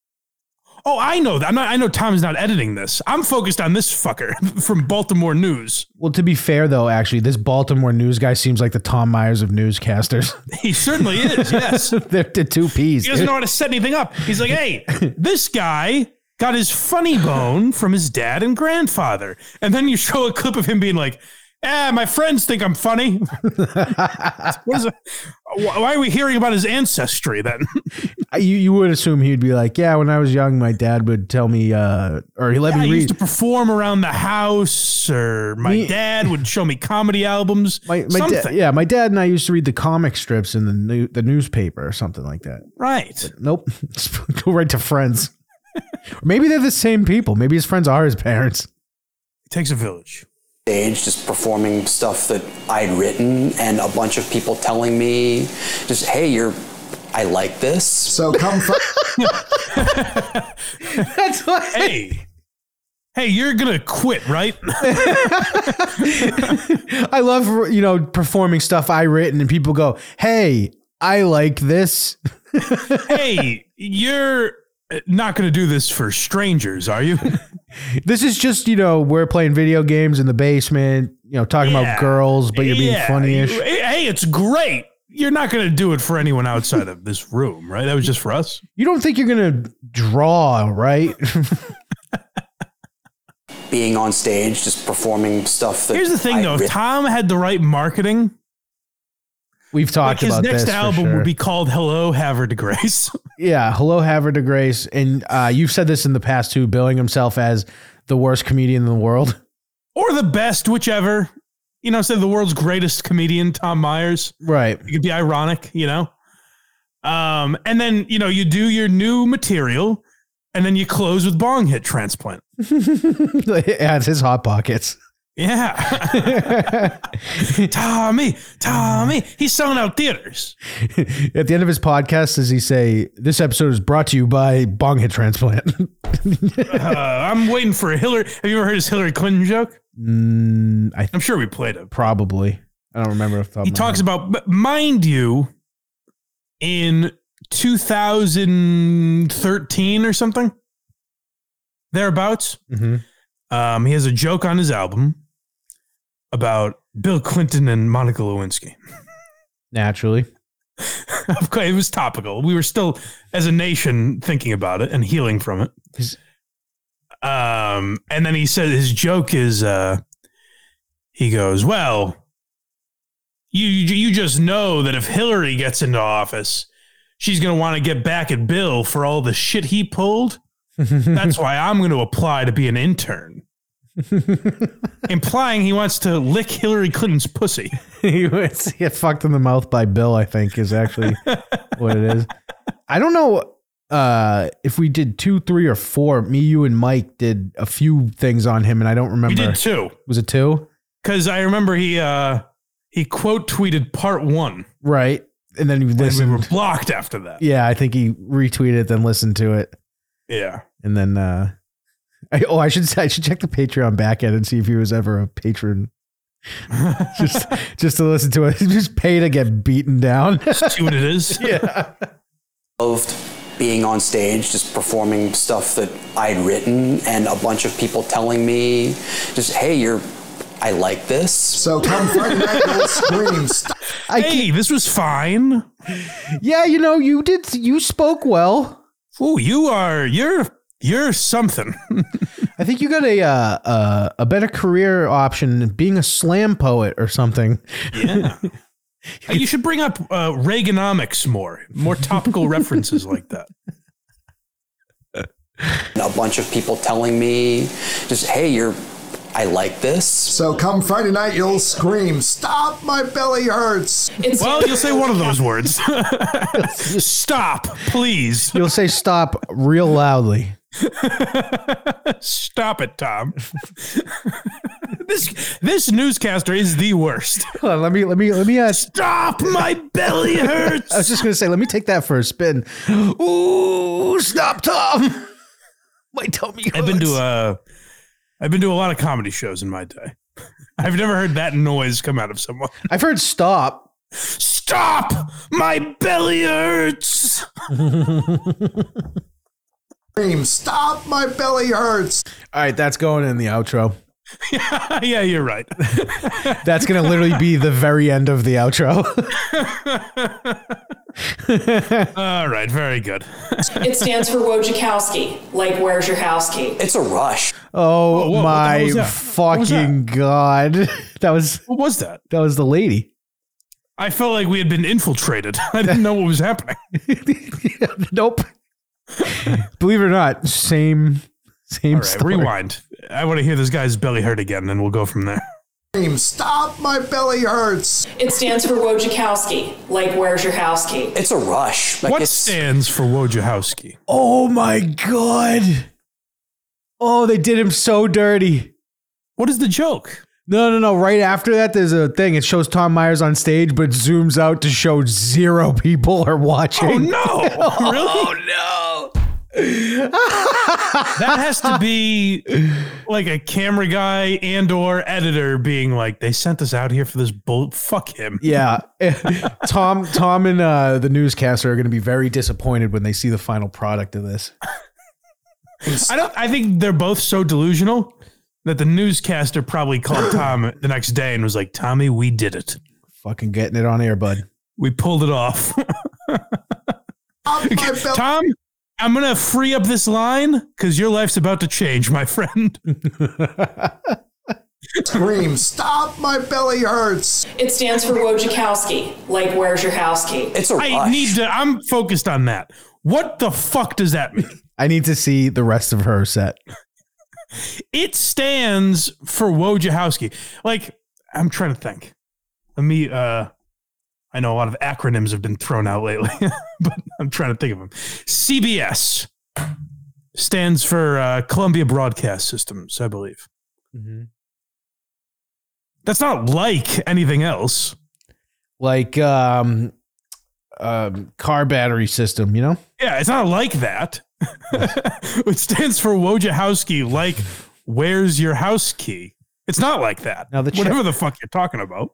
Speaker 1: Oh, I know that. I'm not, I know Tom's not editing this. I'm focused on this fucker from Baltimore News.
Speaker 2: Well, to be fair, though, actually, this Baltimore news guy seems like the Tom Myers of newscasters.
Speaker 1: He certainly is, yes.
Speaker 2: They're the two P's.
Speaker 1: He doesn't know how to set anything up. He's like, hey, this guy got his funny bone from his dad and grandfather. And then you show a clip of him being like, Ah, my friends think I'm funny. what is it? Why why are we hearing about his ancestry then?
Speaker 2: I- You you would assume he'd be like, yeah. When I was young, my dad would tell me, uh, or he let
Speaker 1: I
Speaker 2: me
Speaker 1: used
Speaker 2: read.
Speaker 1: to perform around the house, or my
Speaker 2: Me-
Speaker 1: dad would show me comedy albums.
Speaker 2: my, my
Speaker 1: something.
Speaker 2: dad, yeah, my dad and I used to read the comic strips in the new, the newspaper or something like that.
Speaker 1: Right.
Speaker 2: Nope, Just go right to friends. Or Maybe they're the same people. Maybe his friends are his parents.
Speaker 1: It takes a village.
Speaker 4: stage just performing stuff that I'd written and a bunch of people telling me just hey you're I like this.
Speaker 3: So come fuck
Speaker 2: That's why.
Speaker 1: Hey. Hey, you're gonna quit, right?
Speaker 2: I love you know performing stuff I written and people go, "Hey, I like this."
Speaker 1: hey, you're not gonna do this for strangers, are you?
Speaker 2: This is just you know we're playing video games in the basement, you know talking
Speaker 1: Yeah.
Speaker 2: about girls, but you're being
Speaker 1: Yeah,
Speaker 2: funny-ish.
Speaker 1: you- hey, it's great. You're not gonna do it for anyone outside of this room, right? That was just for us.
Speaker 2: You don't think you're gonna draw, right?
Speaker 4: Being on stage just performing stuff that
Speaker 1: Here's the thing,
Speaker 4: I'd
Speaker 1: though. If
Speaker 4: written.
Speaker 1: Tom had the right marketing,
Speaker 2: We've
Speaker 1: like
Speaker 2: talked
Speaker 1: his
Speaker 2: about
Speaker 1: next
Speaker 2: this for
Speaker 1: album
Speaker 2: sure.
Speaker 1: would be called "Hello, Haver to Grace."
Speaker 2: Yeah, hello, Haver to Grace, and uh, you've said this in the past too, billing himself as the worst comedian in the world.
Speaker 1: or the best, whichever. You know, say the world's greatest comedian, Tom Myers.
Speaker 2: Right.
Speaker 1: It could be ironic, you know. Um, and then you know you do your new material, and then you close with bong hit transplant.
Speaker 2: yeah, it's his hot pockets.
Speaker 1: Yeah, Tommy, Tommy, he's selling out theaters.
Speaker 2: At the end of his podcast, does he say, This episode is brought to you by Bong Hit Transplant?
Speaker 1: Uh, I'm waiting for a Hillary. Have you ever heard his Hillary Clinton joke?
Speaker 2: Mm, I
Speaker 1: I'm sure we played it.
Speaker 2: probably. I don't remember if
Speaker 1: He talks about, but mind you, in 2013 or something, thereabouts,
Speaker 2: Mhm.
Speaker 1: um, he has a joke on his album about Bill Clinton and Monica Lewinsky.
Speaker 2: naturally.
Speaker 1: Of course, it was topical. We were still, as a nation, thinking about it and healing from it.
Speaker 2: Is-
Speaker 1: Um, and then he said his joke is, uh, he goes, "Well, you you just know that if Hillary gets into office, she's going to want to get back at Bill for all the shit he pulled. That's why I'm going to apply to be an intern." Implying he wants to lick Hillary Clinton's pussy.
Speaker 2: he was he got fucked in the mouth by Bill, I think, is actually what it is. I don't know uh, if we did two, three, or four. Me, you, and Mike did a few things on him, and I don't remember.
Speaker 1: We did too.
Speaker 2: Was it two?
Speaker 1: Because I remember he uh, he quote tweeted part one,
Speaker 2: Right. And then you
Speaker 1: and we
Speaker 2: listened.
Speaker 1: were blocked after that.
Speaker 2: yeah, I think he retweeted it, then listened to it.
Speaker 1: Yeah,
Speaker 2: And then uh I, oh I should I should check the Patreon back end and see if he was ever a patron. just just to listen to it. Just pay to get beaten down.
Speaker 1: see what it is.
Speaker 2: yeah.
Speaker 4: loved being on stage just performing stuff that I'd written and a bunch of people telling me just hey you're I like this.
Speaker 3: so come fuck night night screams.
Speaker 2: I
Speaker 1: Hey, this was fine.
Speaker 2: can't- yeah, you know, you did you spoke well.
Speaker 1: Ooh, you are you're you're something.
Speaker 2: I think you got a uh, uh, a better career option than being a slam poet or something.
Speaker 1: Yeah. you should bring up uh, Reaganomics more, more topical references like that.
Speaker 4: And a bunch of people telling me just hey you're I like this.
Speaker 3: So come Friday night, you'll scream, "Stop! My belly hurts!"
Speaker 5: It's
Speaker 1: Well, you'll say one of those words. Stop, please.
Speaker 2: You'll say stop real loudly.
Speaker 1: Stop it, Tom. this this newscaster is the worst.
Speaker 2: Hold on, let me let me let me uh, ask
Speaker 1: Stop! My belly
Speaker 2: I was
Speaker 1: hurts.
Speaker 2: just gonna say, let me take that for a spin. Ooh, stop, Tom. My tummy hurts.
Speaker 1: I've been to a, I've been to a lot of comedy shows in my day. I've never heard that noise come out of someone.
Speaker 2: I've heard stop.
Speaker 1: Stop! My belly hurts.
Speaker 3: Scream, "Stop! My belly hurts!"
Speaker 2: All right, that's going in the outro.
Speaker 1: yeah, you're right.
Speaker 2: That's gonna literally be the very end of the outro.
Speaker 1: All right, very good.
Speaker 5: It stands for Wojciechowski. Like, where's your house key?
Speaker 4: It's a rush.
Speaker 2: Oh
Speaker 1: whoa, what the hell
Speaker 2: my
Speaker 1: was that? What was
Speaker 2: fucking god! That was
Speaker 1: What was that?
Speaker 2: that was the lady.
Speaker 1: I felt like we had been infiltrated. I didn't know what was happening.
Speaker 2: nope. Believe it or not, same same
Speaker 1: All right,
Speaker 2: story.
Speaker 1: rewind. I want to hear this guy's belly hurt again, and we'll go from there.
Speaker 3: Stop, my belly hurts.
Speaker 5: It stands for Wojciechowski. Like, where's your house key?
Speaker 4: It's a rush. Like
Speaker 1: What
Speaker 4: it's,
Speaker 1: stands for Wojciechowski?
Speaker 2: Oh my god! Oh, they did him so dirty.
Speaker 1: What is the joke?
Speaker 2: No, no, no. Right after that, there's a thing. It shows Tom Myers on stage, but zooms out to show zero people are
Speaker 1: Oh
Speaker 2: watching.
Speaker 1: no! really?
Speaker 2: no!
Speaker 1: That has to be like a camera guy and or editor being like, they sent us out here for this bull. Fuck him.
Speaker 2: Yeah, Tom, Tom, and uh, the newscaster are going to be very disappointed when they see the final product of this.
Speaker 1: I don't. I think they're both so delusional that the newscaster probably called Tom the next day and was like, "Tommy, we did it.
Speaker 2: Fucking getting it on air, bud.
Speaker 1: We pulled it off."
Speaker 3: Stop my belly.
Speaker 1: Tom, I'm gonna free up this line because your life's about to change, my friend.
Speaker 3: Scream. Stop, my belly hurts.
Speaker 5: It stands for Wojciechowski. Like, where's your house key?
Speaker 4: it's a
Speaker 1: I
Speaker 4: rush.
Speaker 1: need to. I'm focused on that. What the fuck does that mean?
Speaker 2: I need to see the rest of her set.
Speaker 1: It stands for Wojciechowski. Like, I'm trying to think. Let me. uh I know a lot of acronyms have been thrown out lately, but I'm trying to think of them. CBS stands for uh, Columbia Broadcast Systems, I believe.
Speaker 2: Mm-hmm.
Speaker 1: That's not like anything else.
Speaker 2: Like um, um, car battery system, you know?
Speaker 1: Yeah, it's not like that. Which stands for Wojciechowski, like, where's your house key? It's not like that.
Speaker 2: Now the check-
Speaker 1: Whatever the fuck you're talking about.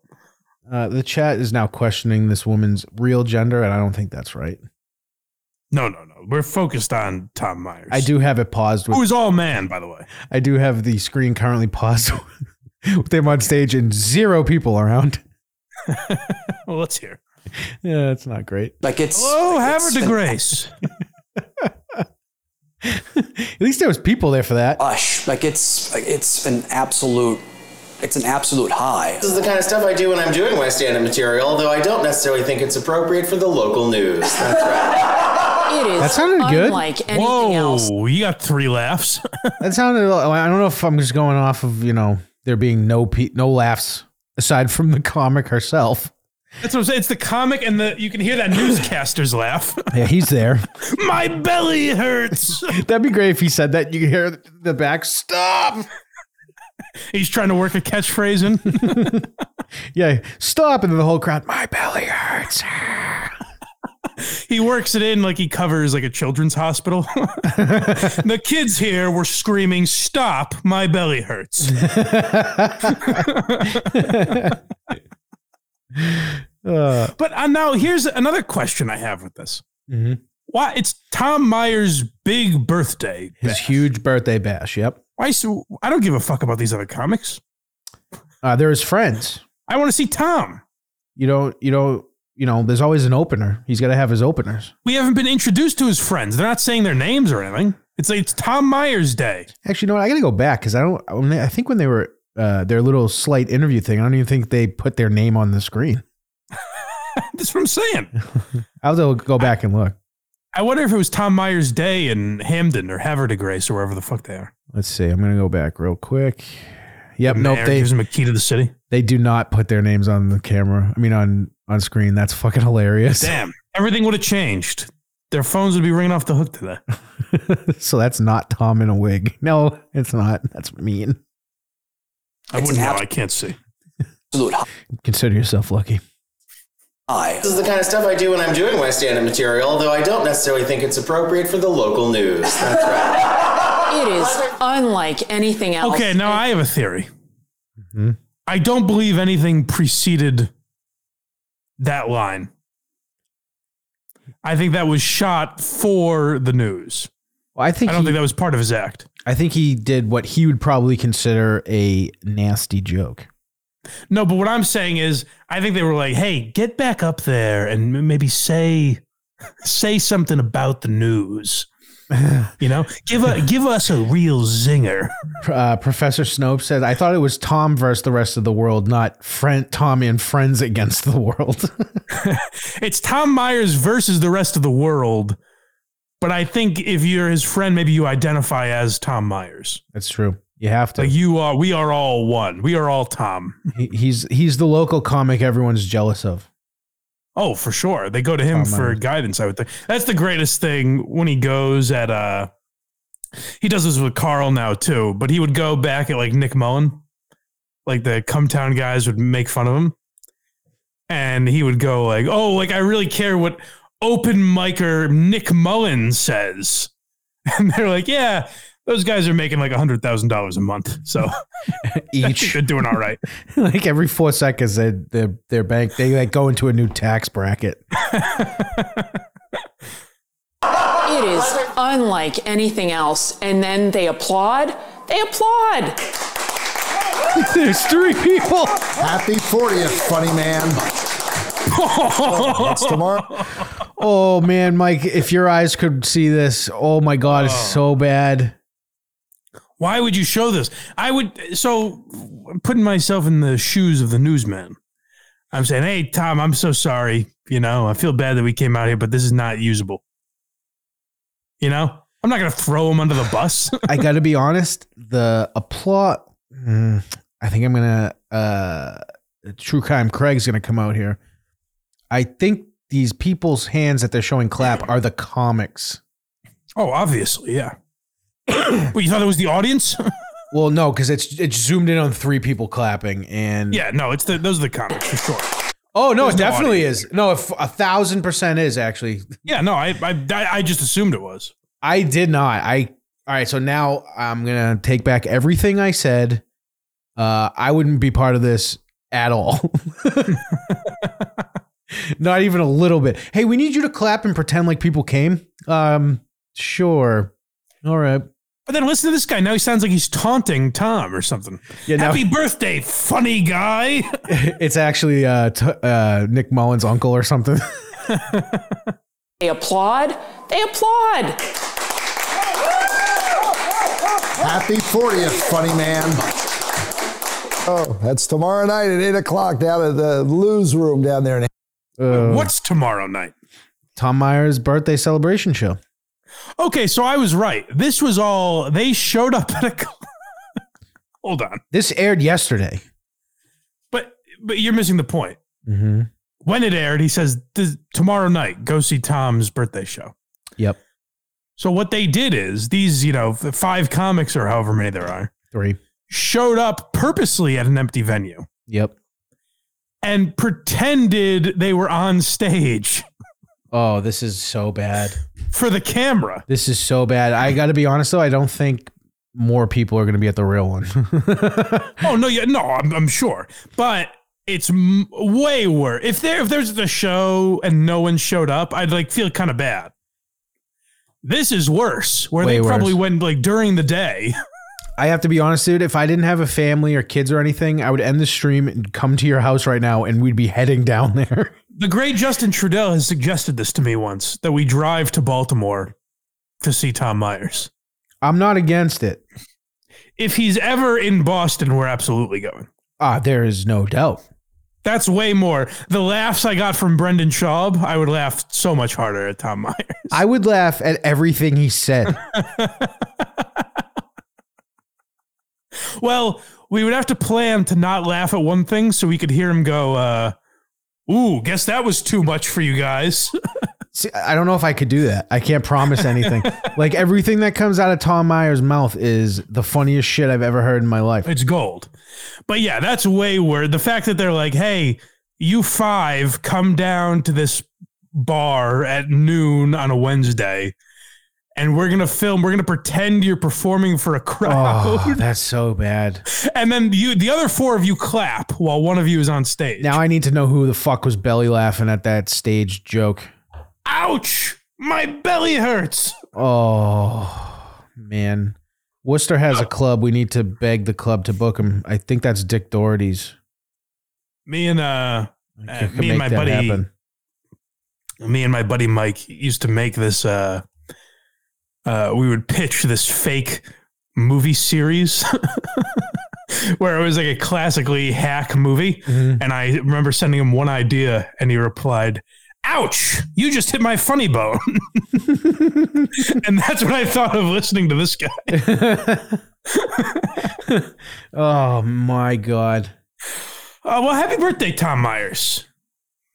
Speaker 2: Uh, the chat is now questioning this woman's real gender, and I don't think that's right.
Speaker 1: No, no, no. We're focused on Tom Myers.
Speaker 2: I do have it paused.
Speaker 1: Who
Speaker 2: With,
Speaker 1: is all man, by the way.
Speaker 2: I do have the screen currently paused with him on stage and zero people around.
Speaker 1: Well, let's hear.
Speaker 2: Yeah, it's not great.
Speaker 4: like it's.
Speaker 1: Oh,
Speaker 4: like
Speaker 1: have
Speaker 4: it's
Speaker 1: her to
Speaker 4: been
Speaker 1: grace.
Speaker 2: At least there was people there for that.
Speaker 4: a Rush. Like it's. Like it's an absolute. It's an absolute high.
Speaker 7: This is the kind of stuff I do when I'm doing West End material, although I don't necessarily think it's appropriate for the local news. That's right.
Speaker 5: It is
Speaker 2: That sounded good.
Speaker 5: unlike anything else.
Speaker 1: Whoa, you got three laughs.
Speaker 2: That sounded. I don't know if I'm just going off of you know there being no pe- no laughs aside from the comic herself.
Speaker 1: That's what I'm saying. It's the comic, and the you can hear that newscaster's laugh.
Speaker 2: Yeah, he's there.
Speaker 1: My belly hurts.
Speaker 2: That'd be great if he said that. You could hear the back stop.
Speaker 1: He's trying to work a catchphrase in.
Speaker 2: Yeah, stop, and then the whole crowd. My belly hurts.
Speaker 1: he works it in like he covers like a children's hospital. the kids here were screaming, "Stop! My belly hurts."
Speaker 2: Uh,
Speaker 1: But uh, now here's another question I have with this.
Speaker 2: Mhm.
Speaker 1: Why it's Tom Meyer's big birthday?
Speaker 2: his huge birthday bash. Yep.
Speaker 1: Why? So, I don't give a fuck about these other comics.
Speaker 2: Uh, they're his friends.
Speaker 1: I want to see Tom.
Speaker 2: You don't. You don't. You know. There's always an opener. He's got to have his openers.
Speaker 1: We haven't been introduced to his friends. They're not saying their names or anything. It's like it's Tom Meyer's day.
Speaker 2: Actually, you know what? I got to go back because I don't. When they, I think when they were uh, their little slight interview thing, I don't even think they put their name on the screen.
Speaker 1: That's what I'm saying.
Speaker 2: I'll have to go back and look.
Speaker 1: I wonder if it was Tom Meyer's day in Hamden or Haver de Grace or wherever the fuck they are.
Speaker 2: Let's see. I'm gonna go back real quick. Yep.
Speaker 1: Mayor
Speaker 2: Nope. They
Speaker 1: gives him a key to the city.
Speaker 2: they do not put their names on the camera. I mean on on screen. That's fucking hilarious.
Speaker 1: Damn, everything would have changed. Their phones would be ringing off the hook today.
Speaker 2: so that's not Tom in a wig. No, it's not. That's mean.
Speaker 1: I
Speaker 4: It's
Speaker 1: wouldn't
Speaker 4: an
Speaker 1: know.
Speaker 4: abs-
Speaker 1: I can't see.
Speaker 4: Absolute
Speaker 2: Consider yourself lucky.
Speaker 4: high.
Speaker 7: This is the kind of stuff I do when I'm doing West End material, although I don't necessarily think it's appropriate for the local news. That's right.
Speaker 5: It is unlike anything else.
Speaker 1: Okay, now I have a theory.
Speaker 2: Mm-hmm.
Speaker 1: I don't believe anything preceded that line. I think that was shot for the news.
Speaker 2: Well, I think
Speaker 1: I don't
Speaker 2: he-
Speaker 1: think that was part of his act.
Speaker 2: I think he did what he would probably consider a nasty joke.
Speaker 1: No, but what I'm saying is, I think they were like, "Hey, get back up there and m- maybe say say something about the news." you know, give a give us a real zinger.
Speaker 2: Uh, Professor Snope said, "I thought it was Tom versus the rest of the world, not friend Tom and friends against the world."
Speaker 1: It's Tom Myers versus the rest of the world. But I think if you're his friend, maybe you identify as Tom Myers.
Speaker 2: That's true. You have to.
Speaker 1: Like you are, we are all one. We are all Tom.
Speaker 2: He- he's he's the local comic everyone's jealous of.
Speaker 1: Oh, for sure. They go to
Speaker 2: Tom
Speaker 1: him for
Speaker 2: Myers.
Speaker 1: guidance, I would think. That's the greatest thing when he goes at uh he does this with Carl now too, but he would go back at like Nick Mullen. Like the Cumtown guys would make fun of him. And he would go like, Oh, like I really care what open micer Nick Mullen says. And they're like, Yeah, those guys are making like a hundred thousand dollars a month. So I think
Speaker 2: Each
Speaker 1: they're doing all right.
Speaker 2: like every four seconds, they their their bank they like go into a new tax bracket.
Speaker 5: It is unlike anything else. And then they applaud. They applaud.
Speaker 2: There's three people.
Speaker 3: Happy 40th, funny man. It's tomorrow.
Speaker 2: Oh man, Mike, if your eyes could see this, oh my god, it's so bad.
Speaker 1: Why would you show this? I would. So, putting myself in the shoes of the newsman, I'm saying, hey, Tom, I'm so sorry. You know, I feel bad that we came out here, but this is not usable. You know, I'm not going to throw him under the bus.
Speaker 2: I got to be honest, the applaud. Mm, I think I'm gonna. Uh, True crime. Craig's gonna come out here. I think these people's hands that they're showing clap are the comics.
Speaker 1: oh, obviously, yeah. but you thought it was the audience?
Speaker 2: Well, no, because it's it's zoomed in on three people clapping, and
Speaker 1: yeah, no, it's the those are the comics for sure.
Speaker 2: oh no, it
Speaker 1: There's no
Speaker 2: definitely is. No, if a thousand percent is actually.
Speaker 1: Yeah, no, I I I- I just assumed it was.
Speaker 2: I did not. I all right. So now I'm gonna take back everything I said. Uh, I wouldn't be part of this at all. not even a little bit. Hey, we need you to clap and pretend like people came. Um, sure. All right.
Speaker 1: But then listen to this guy. Now he sounds like he's taunting Tom or something.
Speaker 2: Yeah. Now
Speaker 1: Happy birthday, funny guy.
Speaker 2: it's actually uh, t- uh, Nick Mullins' uncle or something.
Speaker 5: They applaud. They applaud.
Speaker 3: Happy 40th, funny man. Oh, that's tomorrow night at 8 o'clock down at the Lou's room down there. in-
Speaker 2: Uh.
Speaker 1: What's tomorrow night?
Speaker 2: Tom Myers' birthday celebration show.
Speaker 1: Okay, so I was right. This was all they showed up at a. cl- Hold on,
Speaker 2: This aired yesterday.
Speaker 1: but but you're missing the point.
Speaker 2: Mm-hmm.
Speaker 1: When it aired, he says "This- tomorrow night go see Tom's birthday show.
Speaker 2: Yep.
Speaker 1: So what they did is these you know f- five comics or however many there are
Speaker 2: Three.
Speaker 1: showed up purposely at an empty venue
Speaker 2: Yep.
Speaker 1: and pretended they were on stage
Speaker 2: Oh, this is so bad.
Speaker 1: for the camera.
Speaker 2: This is so bad. I got to be honest though. I don't think more people are going to be at the real one.
Speaker 1: Oh no, yeah, no, I'm, I'm sure, but it's m- way worse. If there, if there's a show and no one showed up, I'd like feel kind of bad. This is worse, where
Speaker 2: Way
Speaker 1: they probably
Speaker 2: worse.
Speaker 1: went like during the day.
Speaker 2: I have to be honest, dude. If I didn't have a family or kids or anything, I would end the stream and come to your house right now, and we'd be heading down there.
Speaker 1: The great Justin Trudell has suggested this to me once that we drive to Baltimore to see Tom Myers.
Speaker 2: I'm not against it.
Speaker 1: If he's ever in Boston, we're absolutely going.
Speaker 2: Ah, there is no doubt.
Speaker 1: That's way more. The laughs I got from Brendan Schaub, I would laugh so much harder at Tom Myers.
Speaker 2: I would laugh at everything he said.
Speaker 1: Well, we would have to plan to not laugh at one thing so we could hear him go, uh, Ooh, guess that was too much for you guys.
Speaker 2: See, I don't know if I could do that. I can't promise anything. like everything that comes out of Tom Meyer's mouth is the funniest shit I've ever heard in my life.
Speaker 1: it's gold. But yeah, that's way worse. The fact that they're like, hey, you five come down to this bar at noon on a Wednesday and we're going to film, we're going to pretend you're performing for a crowd.
Speaker 2: Oh, that's so bad.
Speaker 1: And then you, the other four of you clap while one of you is on stage.
Speaker 2: Now I need to know who the fuck was belly laughing at that stage joke.
Speaker 1: Ouch, my belly hurts.
Speaker 2: Oh man. Worcester has a club. We need to beg the club to book him. I think that's Dick Doherty's.
Speaker 1: Me and uh,
Speaker 2: I
Speaker 1: Uh,
Speaker 2: can
Speaker 1: me and
Speaker 2: make
Speaker 1: my
Speaker 2: that
Speaker 1: buddy- me and my buddy Mike used to make this. Uh, uh, we would pitch this fake movie series where it was like a classically hack movie.
Speaker 2: Mhm.
Speaker 1: And I remember sending him one idea, and he replied, "Ouch! You just hit my funny bone." and that's what I thought of listening to this guy.
Speaker 2: oh my god!
Speaker 1: Uh, well, happy birthday, Tom Myers.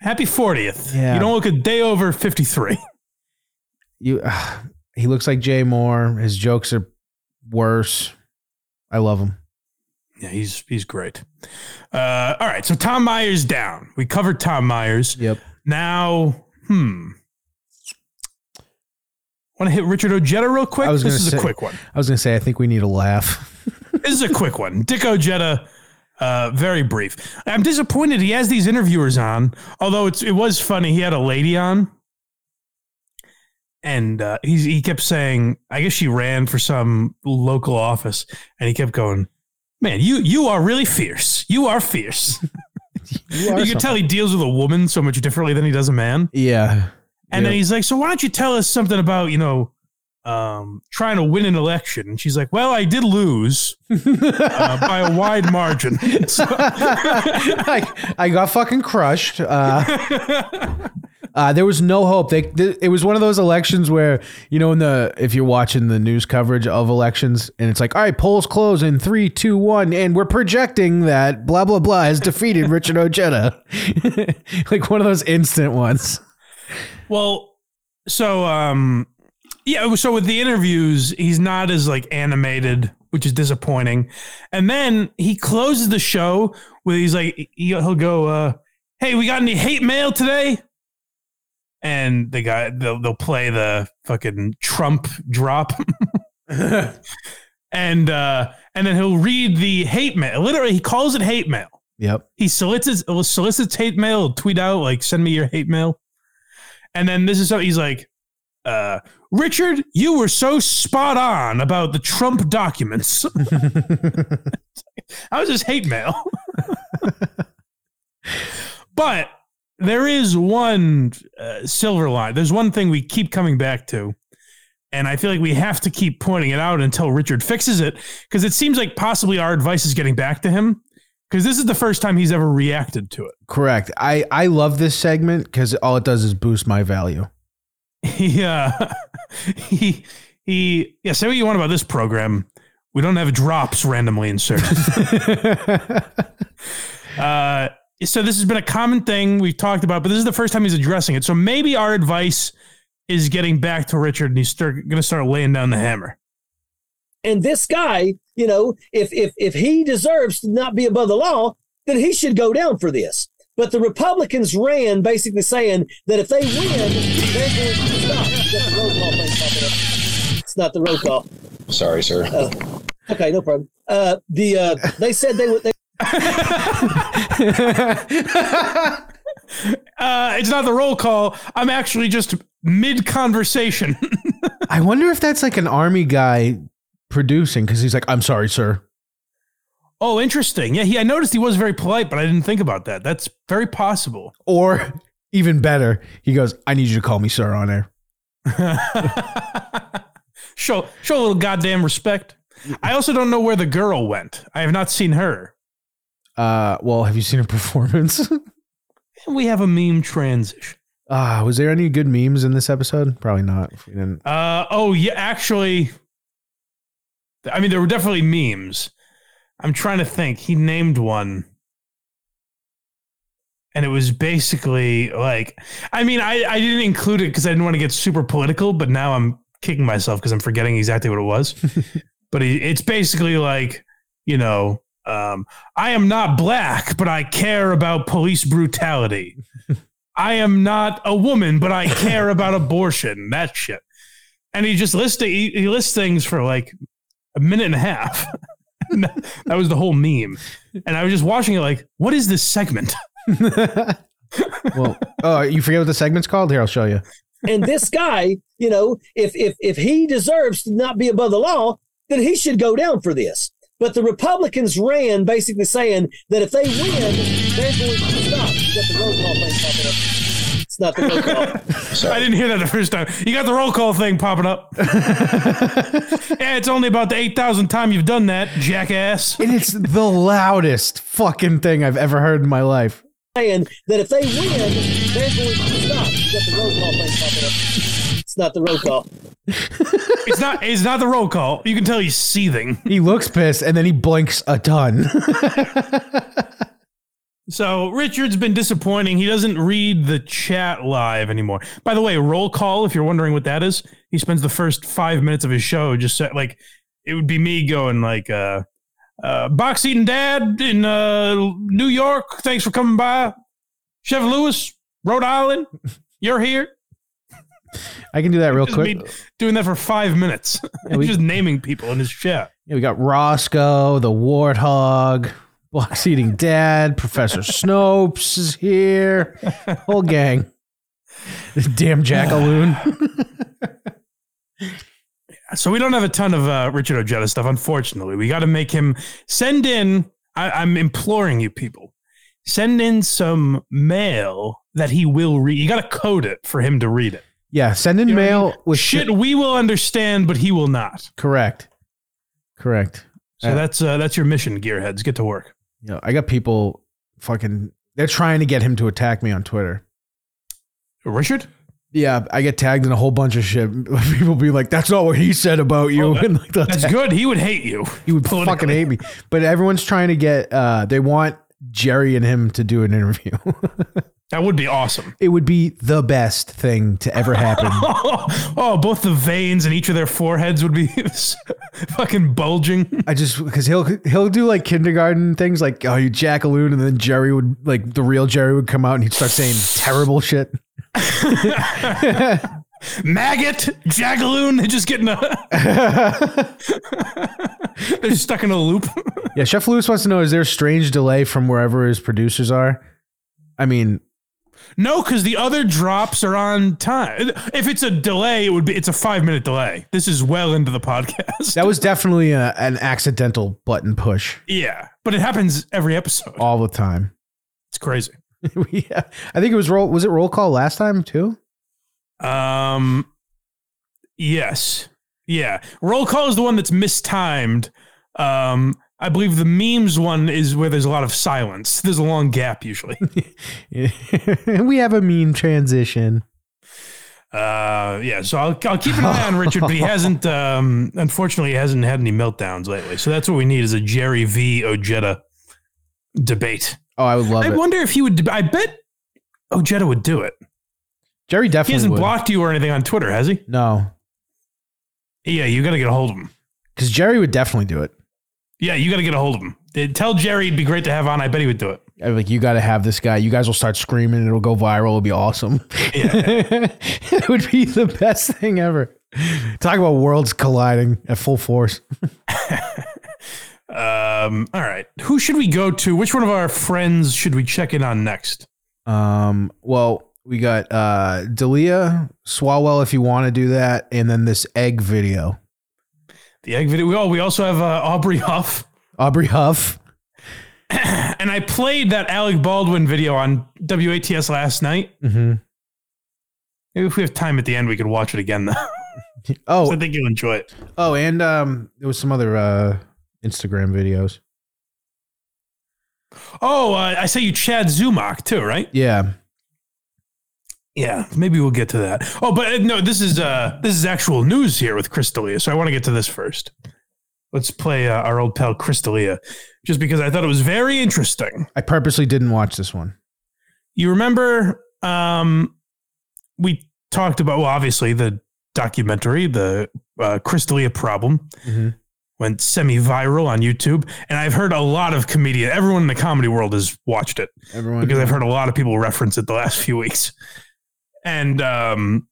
Speaker 1: Happy 40th.
Speaker 2: Yeah.
Speaker 1: You don't look a day over 53.
Speaker 2: You, uh, he looks like Jay Moore. His jokes are worse. I love him.
Speaker 1: Yeah, he's he's great. Uh, all right, so Tom Myers down. We covered Tom Myers.
Speaker 2: Yep.
Speaker 1: Now, hmm. Want to hit Richard Ojeda real quick?
Speaker 2: I was
Speaker 1: This
Speaker 2: gonna
Speaker 1: is
Speaker 2: say-
Speaker 1: a quick one.
Speaker 2: I was gonna say I think we need a laugh.
Speaker 1: This is a quick one. Dick Ojeda, uh, very brief. I'm disappointed he has these interviewers on. Although it's it was funny, he had a lady on, and uh, he he kept saying, I guess she ran for some local office, and he kept going, "Man, you you are really fierce. You are fierce."
Speaker 2: you
Speaker 1: you can tell he deals with a woman so much differently than he does a man.
Speaker 2: Yeah.
Speaker 1: And then
Speaker 2: Yep.
Speaker 1: he's like, "So why don't you tell us something about you know um, trying to win an election?" And she's like, "Well, I did lose uh, by a wide margin." So-
Speaker 2: I, I got fucking crushed. Uh, uh, there was no hope. They, th- it was one of those elections where you know, in the if you're watching the news coverage of elections, and it's like, all right, polls close in three, two, one, and we're projecting that blah blah blah has defeated Richard Ojeda, like one of those instant ones.
Speaker 1: well, so um, yeah. So with the interviews, he's not as like animated, which is disappointing. And then he closes the show with he's like, he'll go, uh, "Hey, we got any hate mail today?" And the guy, they'll, they'll play the fucking Trump drop. and uh, and then he'll read the hate mail. Literally, he calls it hate mail.
Speaker 2: Yep.
Speaker 1: He solicits solicits hate mail. Tweet out like, "Send me your hate mail." And then this is how he's like, uh, "Richard, you were so spot on about the Trump documents." I was just hate mail. but there is one uh, silver line. There's one thing we keep coming back to. And I feel like we have to keep pointing it out until Richard fixes it because it seems like possibly our advice is getting back to him because this is the first time he's ever reacted to it.
Speaker 2: Correct. I I love this segment because all it does is boost my value.
Speaker 1: He, uh, he, he, yeah, say what you want about this program. We don't have drops randomly inserted. Uh, so this has been a common thing we've talked about, but this is the first time he's addressing it. So maybe our advice is getting back to Richard, and he's start, going to start laying down the hammer.
Speaker 8: And this guy, you know, if if if he deserves to not be above the law, then he should go down for this. But the Republicans ran basically saying that if they win, they're going to stop. That's the roll call thing popping up. It's not the roll call.
Speaker 7: Sorry, sir.
Speaker 8: Okay, no problem. Uh, the uh, they said they would. They,
Speaker 1: Uh, it's not the roll call. I'm actually just mid conversation.
Speaker 2: I wonder if that's like an army guy producing because he's like, I'm sorry, sir.
Speaker 1: oh, interesting. Yeah, he. I noticed he was very polite, but I didn't think about that. That's very possible.
Speaker 2: Or even better, he goes, I need you to call me sir on air.
Speaker 1: show show a little goddamn respect. I also don't know where the girl went. I have not seen her.
Speaker 2: Uh, well, have you seen a performance?
Speaker 1: We have a meme transition.
Speaker 2: Ah, was there any good memes in this episode? Probably not. We didn't.
Speaker 1: Uh oh yeah, actually I mean there were definitely memes. I'm trying to think. He named one. And it was basically like I mean, I, I didn't include it because I didn't want to get super political, but now I'm kicking myself because I'm forgetting exactly what it was. but he, it's basically like, you know, um, I am not black, but I care about police brutality. I am not a woman, but I care about abortion. That shit and he just lists he, he lists things for like a minute and a half. And that was the whole meme, and I was just watching it like, what is this segment?
Speaker 2: Well, oh, you forget what the segment's called? Here, I'll show you.
Speaker 8: and this guy, you know, if if if he deserves to not be above the law, then he should go down for this. But the Republicans ran basically saying that if they win, they're going to stop. You got the roll call thing popping up. It's not the roll call.
Speaker 1: I didn't hear that the first time. You got the roll call thing popping up. yeah, it's only about the 8,000th time you've done that, jackass.
Speaker 2: And it's the loudest fucking thing I've ever heard in my life.
Speaker 8: saying that if they win, they're going to stop. You got the roll call thing popping up. It's not the roll call.
Speaker 1: It's not it's not the roll call. You can tell he's seething.
Speaker 2: He looks pissed and then he blinks a ton.
Speaker 1: So Richard's been disappointing. He doesn't read the chat live anymore. By the way, roll call, if you're wondering what that is, he spends the first five minutes of his show just sa- like it would be me going like uh uh box eating dad in uh New York, thanks for coming by. Chef Lewis, Rhode Island, you're here.
Speaker 2: I can do that real
Speaker 1: Just
Speaker 2: quick.
Speaker 1: me doing that for five minutes.
Speaker 2: we-
Speaker 1: just naming people in his chat.
Speaker 2: Yeah, we got Roscoe, the warthog, box eating dad, Professor Snopes is here, whole gang. This damn jackaloon.
Speaker 1: So we don't have a ton of uh, Richard Ojeda stuff, unfortunately. We got to make him send in. I, I'm imploring you, people, send in some mail that he will read. You got to code it for him to read it.
Speaker 2: yeah, send in
Speaker 1: You know what I
Speaker 2: mail
Speaker 1: mean?
Speaker 2: with
Speaker 1: Shit,
Speaker 2: shit.
Speaker 1: we will understand, but he will not.
Speaker 2: Correct. Correct.
Speaker 1: So
Speaker 2: Yeah.
Speaker 1: that's uh, that's your mission, gearheads. Get to work.
Speaker 2: You know, I got people fucking they're trying to get him to attack me on Twitter.
Speaker 1: Richard,
Speaker 2: Yeah, I get tagged in a whole bunch of shit. People be like, "That's not what he said about you."
Speaker 1: Oh,
Speaker 2: and like, they'll
Speaker 1: that's
Speaker 2: tag-
Speaker 1: good. He would hate you.
Speaker 2: He would fucking
Speaker 1: Politically.
Speaker 2: hate me. But everyone's trying to get. uh They want Jerry and him to do an interview.
Speaker 1: That would be awesome.
Speaker 2: it would be the best thing to ever happen.
Speaker 1: Oh, both the veins in each of their foreheads would be fucking bulging.
Speaker 2: I just because he'll he'll do like kindergarten things, like "Oh, you jackaloon," and then Jerry would like the real Jerry would come out and he'd start saying terrible shit.
Speaker 1: maggot, jagaloon, they're just getting a. they're stuck in a loop.
Speaker 2: Yeah, Chef Lewis wants to know: Is there a strange delay from wherever his producers are? I mean,
Speaker 1: no, because the other drops are on time. If it's a delay, it would be. It's a five minute delay. This is well into the podcast.
Speaker 2: that was definitely a, an accidental button push
Speaker 1: yeah, but it happens every episode.
Speaker 2: all the time.
Speaker 1: It's crazy.
Speaker 2: we, I think it was roll. Was it roll call last time too?
Speaker 1: Um, yes, yeah. Roll call is the one that's mistimed. Um, I believe the memes one is where there's a lot of silence. There's a long gap usually.
Speaker 2: we have a mean transition.
Speaker 1: Uh, yeah. So I'll, I'll keep an eye on Richard, but he hasn't. Um, unfortunately, he hasn't had any meltdowns lately. So that's what we need is a Jerry v. Ojeda debate.
Speaker 2: Oh, I would love
Speaker 1: I
Speaker 2: it.
Speaker 1: wonder if he would. deb- I bet Ojeda would do it.
Speaker 2: Jerry
Speaker 1: He
Speaker 2: definitely
Speaker 1: hasn't
Speaker 2: would.
Speaker 1: blocked you or anything on Twitter, has he?
Speaker 2: No,
Speaker 1: Yeah, you got to get a hold of him.
Speaker 2: because Jerry would definitely do it.
Speaker 1: Yeah, you got to get a hold of him. Eh, Tell Jerry it'd be great to have on. I bet he would do it.
Speaker 2: I'd be like, you got to have this guy. You guys will start screaming. It'll go viral. It'll be awesome. it would be the best thing ever. Talk about worlds colliding at full force.
Speaker 1: Um, all right. Who should we go to? Which one of our friends should we check in on next?
Speaker 2: Um, well, we got uh, Dalia Swalwell if you want to do that, and then this egg video.
Speaker 1: The egg video. We, all, we also have uh, Aubrey Huff.
Speaker 2: Aubrey Huff.
Speaker 1: and I played that Alec Baldwin video on WATS last night.
Speaker 2: Mm-hmm.
Speaker 1: Maybe if we have time at the end, we could watch it again. Though 'Cause
Speaker 2: Oh,
Speaker 1: I think you'll enjoy it.
Speaker 2: Oh, and um, there was some other uh, Instagram videos.
Speaker 1: Oh, uh, I say you Chad Zumach too, right?
Speaker 2: Yeah,
Speaker 1: Yeah, maybe we'll get to that. Oh, but uh, no, this is uh, this is actual news here with Crystalia, so I want to get to this first. Let's play uh, our old pal Crystalia, just because I thought it was very interesting.
Speaker 2: I purposely didn't watch this one.
Speaker 1: you remember um, we talked about well obviously the documentary the uh, crystalia problem
Speaker 2: Mhm.
Speaker 1: went semi-viral on youtube and i've heard a lot of comedian everyone in the comedy world has watched it
Speaker 2: Everyone,
Speaker 1: because i've heard a lot of people reference it the last few weeks and um,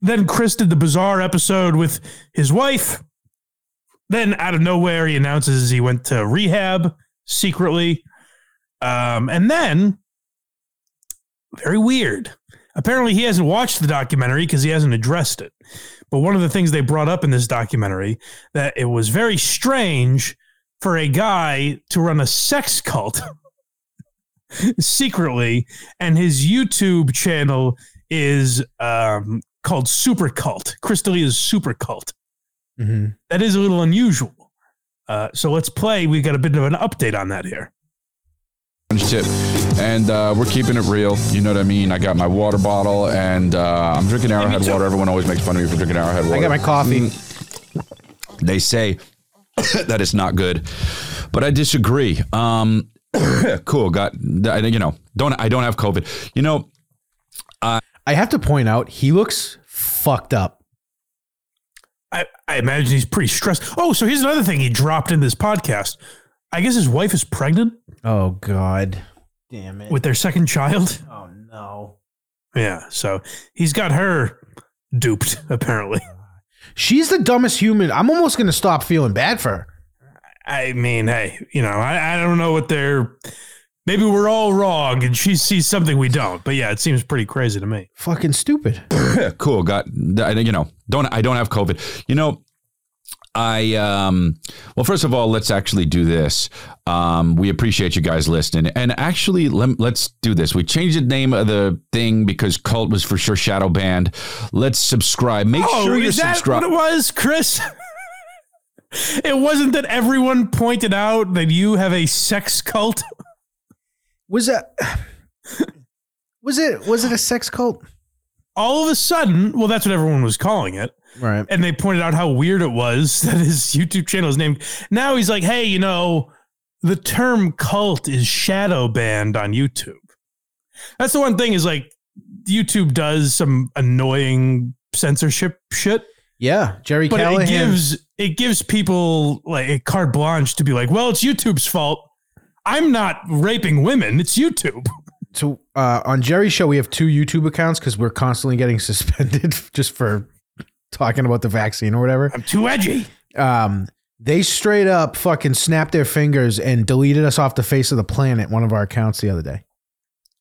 Speaker 1: then chris did the bizarre episode with his wife then out of nowhere he announces he went to rehab secretly um, and then very weird apparently he hasn't watched the documentary because he hasn't addressed it But one of the things they brought up in this documentary that it was very strange for a guy to run a sex cult secretly, and his YouTube channel is um, called Super Cult. Crystalia's Super Cult.
Speaker 2: Mm-hmm.
Speaker 1: That is a little unusual. Uh, so let's play. We got a bit of an update on that here.
Speaker 9: Tip. And uh, we're keeping it real. You know what I mean? I got my water bottle and uh, I'm drinking Arrowhead water. Everyone always makes fun of me for drinking Arrowhead water.
Speaker 2: I got my coffee.
Speaker 9: They say that it's not good, but I disagree. Um, cool. Got, I, you know, don't, I don't have COVID. You know,
Speaker 2: I have to point out he looks fucked up.
Speaker 1: I, I imagine he's pretty stressed. Oh, so here's another thing he dropped in this podcast. I guess his wife is pregnant
Speaker 2: Oh god, damn it!
Speaker 1: with their second child.
Speaker 2: oh no,
Speaker 1: Yeah, so he's got her duped apparently.
Speaker 2: she's the dumbest human. I'm almost gonna stop feeling bad for her.
Speaker 1: I mean, hey, you know, I, I don't know what they're. Maybe we're all wrong, and she sees something we don't. But yeah, it seems pretty crazy to me.
Speaker 2: Fucking stupid.
Speaker 9: cool. Got, I, you know, don't, I don't have COVID. You know, I um well first of all let's actually do this. Um we appreciate you guys listening and actually let, let's do this. We changed the name of the thing because cult was for sure shadow band. Let's subscribe. Make sure you're
Speaker 1: Oh, is that
Speaker 9: subscribed.
Speaker 1: what it was, Chris? it wasn't that everyone pointed out that you have a sex cult.
Speaker 2: Was that? Was it? Was it a sex cult?
Speaker 1: All of a sudden, well, that's what everyone was calling it.
Speaker 2: Right.
Speaker 1: and they pointed out how weird it was that his YouTube channel is named. Now he's like, hey, you know, the term cult is shadow banned on YouTube. That's the one thing is like YouTube does some annoying censorship shit,
Speaker 2: Yeah, Jerry
Speaker 1: but
Speaker 2: Callahan.
Speaker 1: it gives it gives people like a carte blanche to be like, well, it's YouTube's fault. I'm not raping women. It's YouTube.
Speaker 2: so uh, on Jerry's show, we have two YouTube accounts because we're constantly getting suspended just for talking about the vaccine or whatever.
Speaker 1: I'm too edgy.
Speaker 2: Um, they straight up fucking snapped their fingers and deleted us off the face of the planet. One of our accounts the other day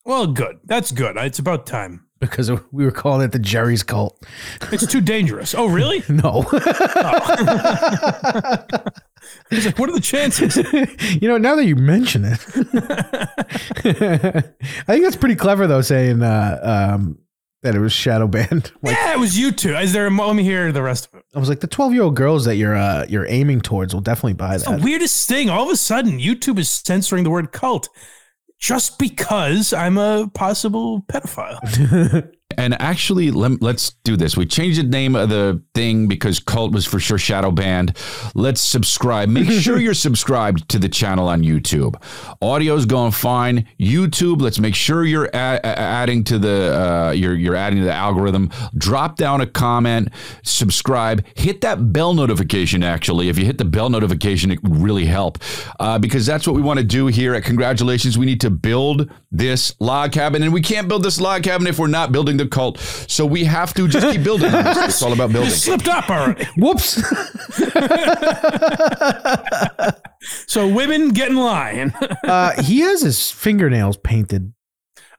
Speaker 1: Well, good. That's good. It's about time.
Speaker 2: because we were calling it the Jerry's cult.
Speaker 1: It's too dangerous. Oh, really?
Speaker 2: No,
Speaker 1: He's like, what are the chances?
Speaker 2: you know now that you mention it, I think that's pretty clever though. Saying uh, um, that it was shadow banned. Like,
Speaker 1: Yeah, it was you two. Is there a mo- let me hear the rest of it?
Speaker 2: I was like, the twelve year old girls that you're uh, you're aiming towards will definitely buy
Speaker 1: The
Speaker 2: that.
Speaker 1: weirdest thing, all of a sudden, YouTube is censoring the word cult just because I'm a possible pedophile.
Speaker 9: And actually, let, let's do this. We changed the name of the thing because cult was for sure shadow banned. Let's subscribe. Make sure you're subscribed to the channel on YouTube. Audio's going fine. YouTube. Let's make sure you're a- a- adding to the uh, you're you're adding to the algorithm. Drop down a comment. Subscribe. Hit that bell notification. Actually, if you hit the bell notification, it would really help uh, because that's what we want to do here at Congratulations. We need to build this log cabin, and we can't build this log cabin if we're not building the cult. So we have to just keep building. on this. It's all about building.
Speaker 1: Slipped up already.
Speaker 2: Whoops.
Speaker 1: So women get in line.
Speaker 2: uh, he has his fingernails painted.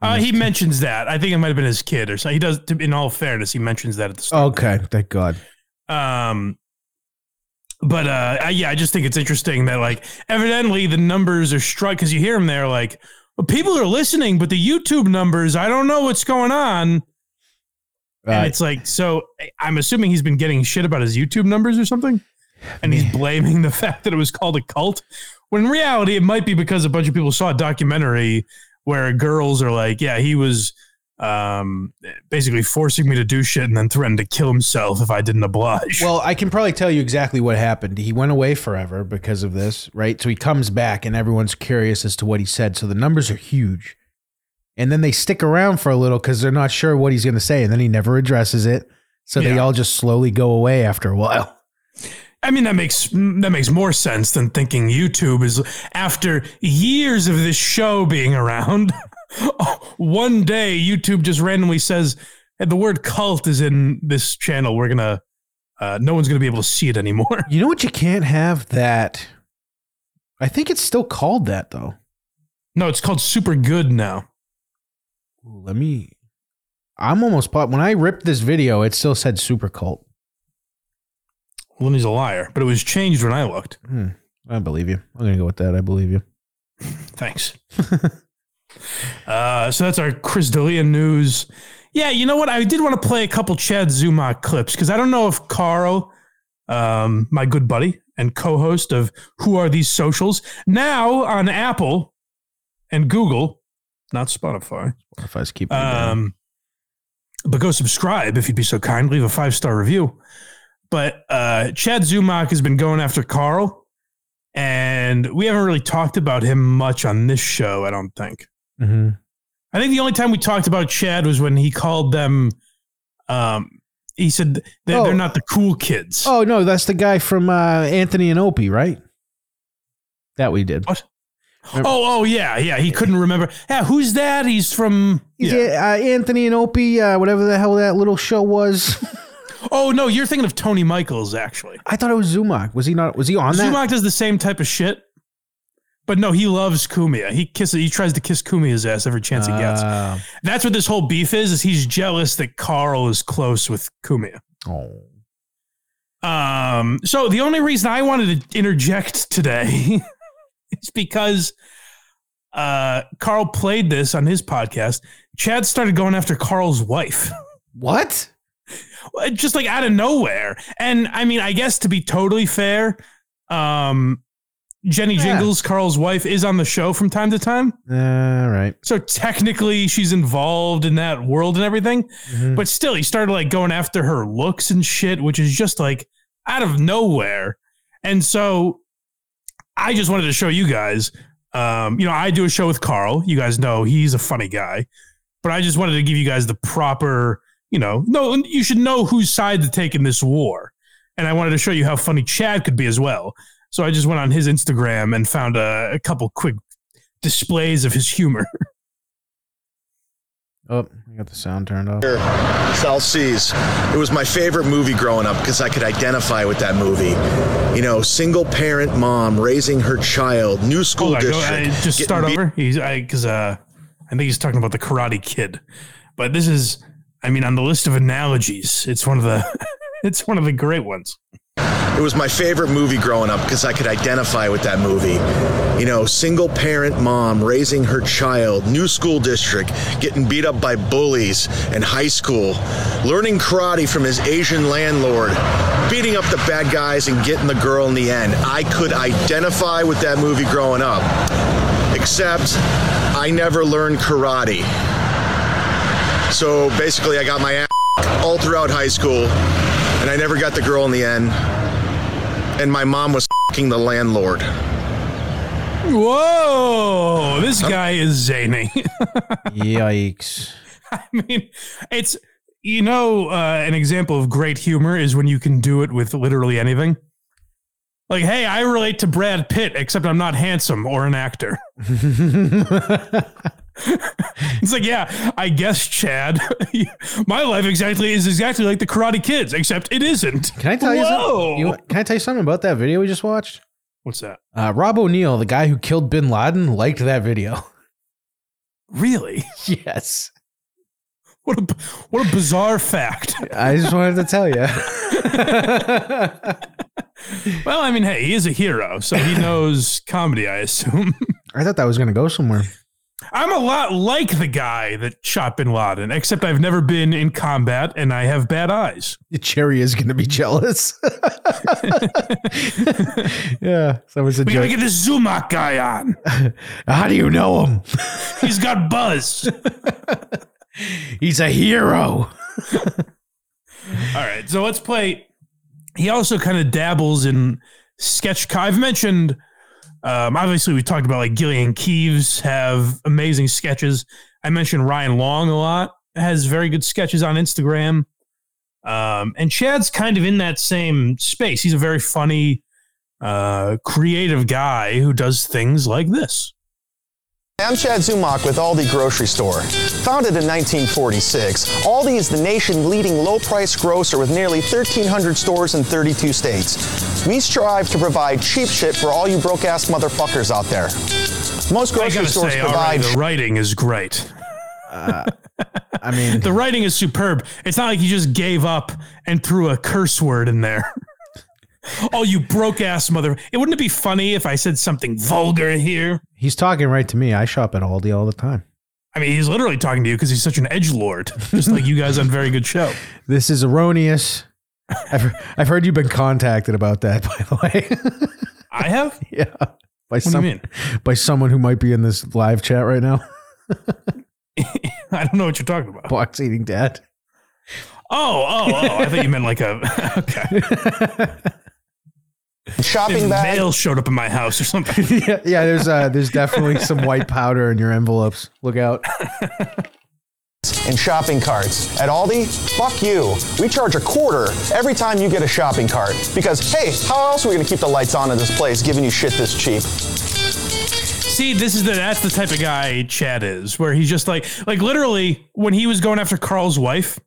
Speaker 1: Uh, he mentions that. I think it might have been his kid or something. He does. In all fairness, he mentions that at the start.
Speaker 2: Okay, thank God.
Speaker 1: Um, but uh, I, yeah, I just think it's interesting that like evidently the numbers are struck because you hear them there like well, people are listening, but the YouTube numbers, I don't know what's going on. And
Speaker 2: Right.
Speaker 1: it's like so I- I'm assuming he's been getting shit about his YouTube numbers or something, and he's blaming the fact that it was called a cult. When in reality, it might be because a bunch of people saw a documentary where girls are like, "Yeah, he was." Um, basically forcing me to do shit and then threatened to kill himself if I didn't oblige.
Speaker 2: Well, I can probably tell you exactly what happened. He went away forever because of this, right? So he comes back and everyone's curious as to what he said. So the numbers are huge. And then they stick around for a little because they're not sure what he's going to say. And then he never addresses it. So they
Speaker 1: Yeah.
Speaker 2: all just slowly go away after a while.
Speaker 1: I mean that makes that makes more sense than thinking YouTube is after years of this show being around. one day YouTube just randomly says "Hey, the word cult is in this channel. We're gonna uh, no one's gonna be able to see it anymore.
Speaker 2: You know what you can't have that? I think it's still called that, though.
Speaker 1: No, it's called Super Good now.
Speaker 2: Let me. I'm almost pop. When I ripped this video, it still said super cult.
Speaker 1: Lenny's a liar, but it was changed when I looked.
Speaker 2: I believe you. I'm gonna go with that. I believe you.
Speaker 1: Thanks. uh, so that's our Chris D'Elia news. Yeah, you know what? I did want to play a couple Chad Zuma clips because I don't know if Carl, um, my good buddy and co host of Who Are These Socials, now on Apple and Google, not Spotify,
Speaker 2: If I just keep.
Speaker 1: um, but go subscribe if you'd be so kind. Leave a five star review. But uh, Chad Zumach has been going after Carl, and we haven't really talked about him much on this show. I don't think.
Speaker 2: hmm
Speaker 1: I think the only time we talked about Chad was when he called them. Um, he said they're,
Speaker 2: Oh.
Speaker 1: they're not the cool kids.
Speaker 2: Oh no, that's the guy from uh, Anthony and Opie, right? That we did.
Speaker 1: What? Oh, oh, yeah, yeah. He couldn't remember. Yeah, who's that? He's from.
Speaker 2: Yeah,
Speaker 1: yeah.
Speaker 2: uh, Anthony and Opie, uh, whatever the hell that little show was.
Speaker 1: Oh no, you're thinking of Tony Michaels, actually.
Speaker 2: I thought it was Zumach. Was he not? Was he on that?
Speaker 1: Zumach does the same type of shit. But no, he loves Kumia. He kisses. He tries to kiss Kumia's ass every chance he gets.
Speaker 2: Uh,
Speaker 1: That's what this whole beef is. Is he's jealous that Carl is close with Kumia.
Speaker 2: oh.
Speaker 1: Um. So the only reason I wanted to interject today is because uh, Carl played this on his podcast. Chad started going after Carl's wife.
Speaker 2: What?
Speaker 1: Well, Uh, just like out of nowhere. And I mean, I guess to be totally fair, um, Jenny
Speaker 2: Yeah.
Speaker 1: Jingles, Carl's wife, is on the show from time to time.
Speaker 2: All right.
Speaker 1: So technically she's involved in that world and everything.
Speaker 2: Mhm.
Speaker 1: But still, he started like going after her looks and shit, which is just like out of nowhere. And so I just wanted to show you guys. Um, you know, I do a show with Carl. You guys know he's a funny guy, but I just wanted to give you guys the proper, you know, no, you should know whose side to take in this war. And I wanted to show you how funny Chad could be as well. So I just went on his Instagram and found a, a couple quick displays of his humor.
Speaker 2: Oh, I got the sound turned off.
Speaker 10: South Seas. It was my favorite movie growing up because I could identify with that movie. You know, single parent mom raising her child, new school
Speaker 1: Hold on, go,
Speaker 10: district.
Speaker 1: I, just
Speaker 10: getting
Speaker 1: start
Speaker 10: beat-
Speaker 1: over. He's I because uh, I think he's talking about the Karate Kid, but this is, I mean, on the list of analogies, it's one of the, it's one of the great ones.
Speaker 10: It was my favorite movie growing up because I could identify with that movie. You know, single parent mom raising her child, new school district, getting beat up by bullies in high school, learning karate from his Asian landlord, beating up the bad guys and getting the girl in the end. I could identify with that movie growing up, except I never learned karate. So basically, I got my ass all throughout high school, and I never got the girl in the end and my mom was fing the landlord.
Speaker 1: Whoa, this guy is zany.
Speaker 2: Yikes.
Speaker 1: I mean, it's you know, uh, an example of great humor is when you can do it with literally anything. Like, hey, I relate to Brad Pitt, except I'm not handsome or an actor. It's like, yeah, I guess, Chad, my life exactly is exactly like the Karate Kids, except it isn't.
Speaker 2: Can I tell you
Speaker 1: Whoa!
Speaker 2: something? You, can I tell you something about that video we just watched?
Speaker 1: What's that?
Speaker 2: Uh, Rob O'Neill, the guy who killed Bin Laden, liked that video.
Speaker 1: Really?
Speaker 2: Yes,
Speaker 1: What a what a bizarre fact.
Speaker 2: I just wanted to tell you.
Speaker 1: Well, I mean, hey, he is a hero, so he knows comedy, I assume.
Speaker 2: I thought that was gonna go somewhere.
Speaker 1: I'm a lot like the guy that shot Bin Laden, except I've never been in combat and I have bad eyes.
Speaker 2: Cherry is gonna be jealous. yeah, that was a
Speaker 1: We gotta
Speaker 2: joke.
Speaker 1: get this Zumak guy on.
Speaker 2: How do you know him?
Speaker 1: He's got buzz.
Speaker 2: He's a hero.
Speaker 1: All right, so let's play. He also kind of dabbles in sketch. co- I've mentioned, um, obviously, we talked about like Gillian Keeves have amazing sketches. I mentioned Ryan Long a lot has very good sketches on Instagram, um, and Chad's kind of in that same space. He's a very funny, uh, creative guy who does things like this.
Speaker 10: I'm Chad Zumach with Aldi Grocery Store. Founded in 1946, Aldi is the nation's leading low price grocer with nearly 1,300 stores in 32 states. We strive to provide cheap shit for all you broke ass motherfuckers out there. Most
Speaker 1: I
Speaker 10: grocery
Speaker 1: gotta
Speaker 10: stores
Speaker 1: say, all right,
Speaker 10: provide.
Speaker 1: the writing is great.
Speaker 2: I mean,
Speaker 1: The writing is superb. It's not like he just gave up and threw a curse word in there. Oh, you broke ass mother. It wouldn't it be funny if I said something vulgar here?
Speaker 2: He's talking right to me. I shop at Aldi all the time.
Speaker 1: I mean, he's literally talking to you because he's such an edge lord, just like you guys on Very Good Show.
Speaker 2: This is erroneous. I've, I've heard you've been contacted about that, by the way.
Speaker 1: I have.
Speaker 2: yeah. By
Speaker 1: do you
Speaker 2: some,
Speaker 1: mean?
Speaker 2: By someone who might be in this live chat right now.
Speaker 1: I don't know what you're talking about. Oh,
Speaker 2: Box eating dad.
Speaker 1: oh, oh! I thought you meant like a okay.
Speaker 6: Shopping
Speaker 1: If
Speaker 6: bag.
Speaker 1: mail showed up in my house or something.
Speaker 2: yeah, yeah, there's uh there's definitely some white powder in your envelopes. Look out.
Speaker 6: and shopping carts. At Aldi, fuck you. We charge a quarter every time you get a shopping cart because, hey, how else are we going to keep the lights on in this place giving you shit this cheap?
Speaker 1: See, this is the that's the type of guy Chad is, where he's just like like literally when he was going after Carl's wife,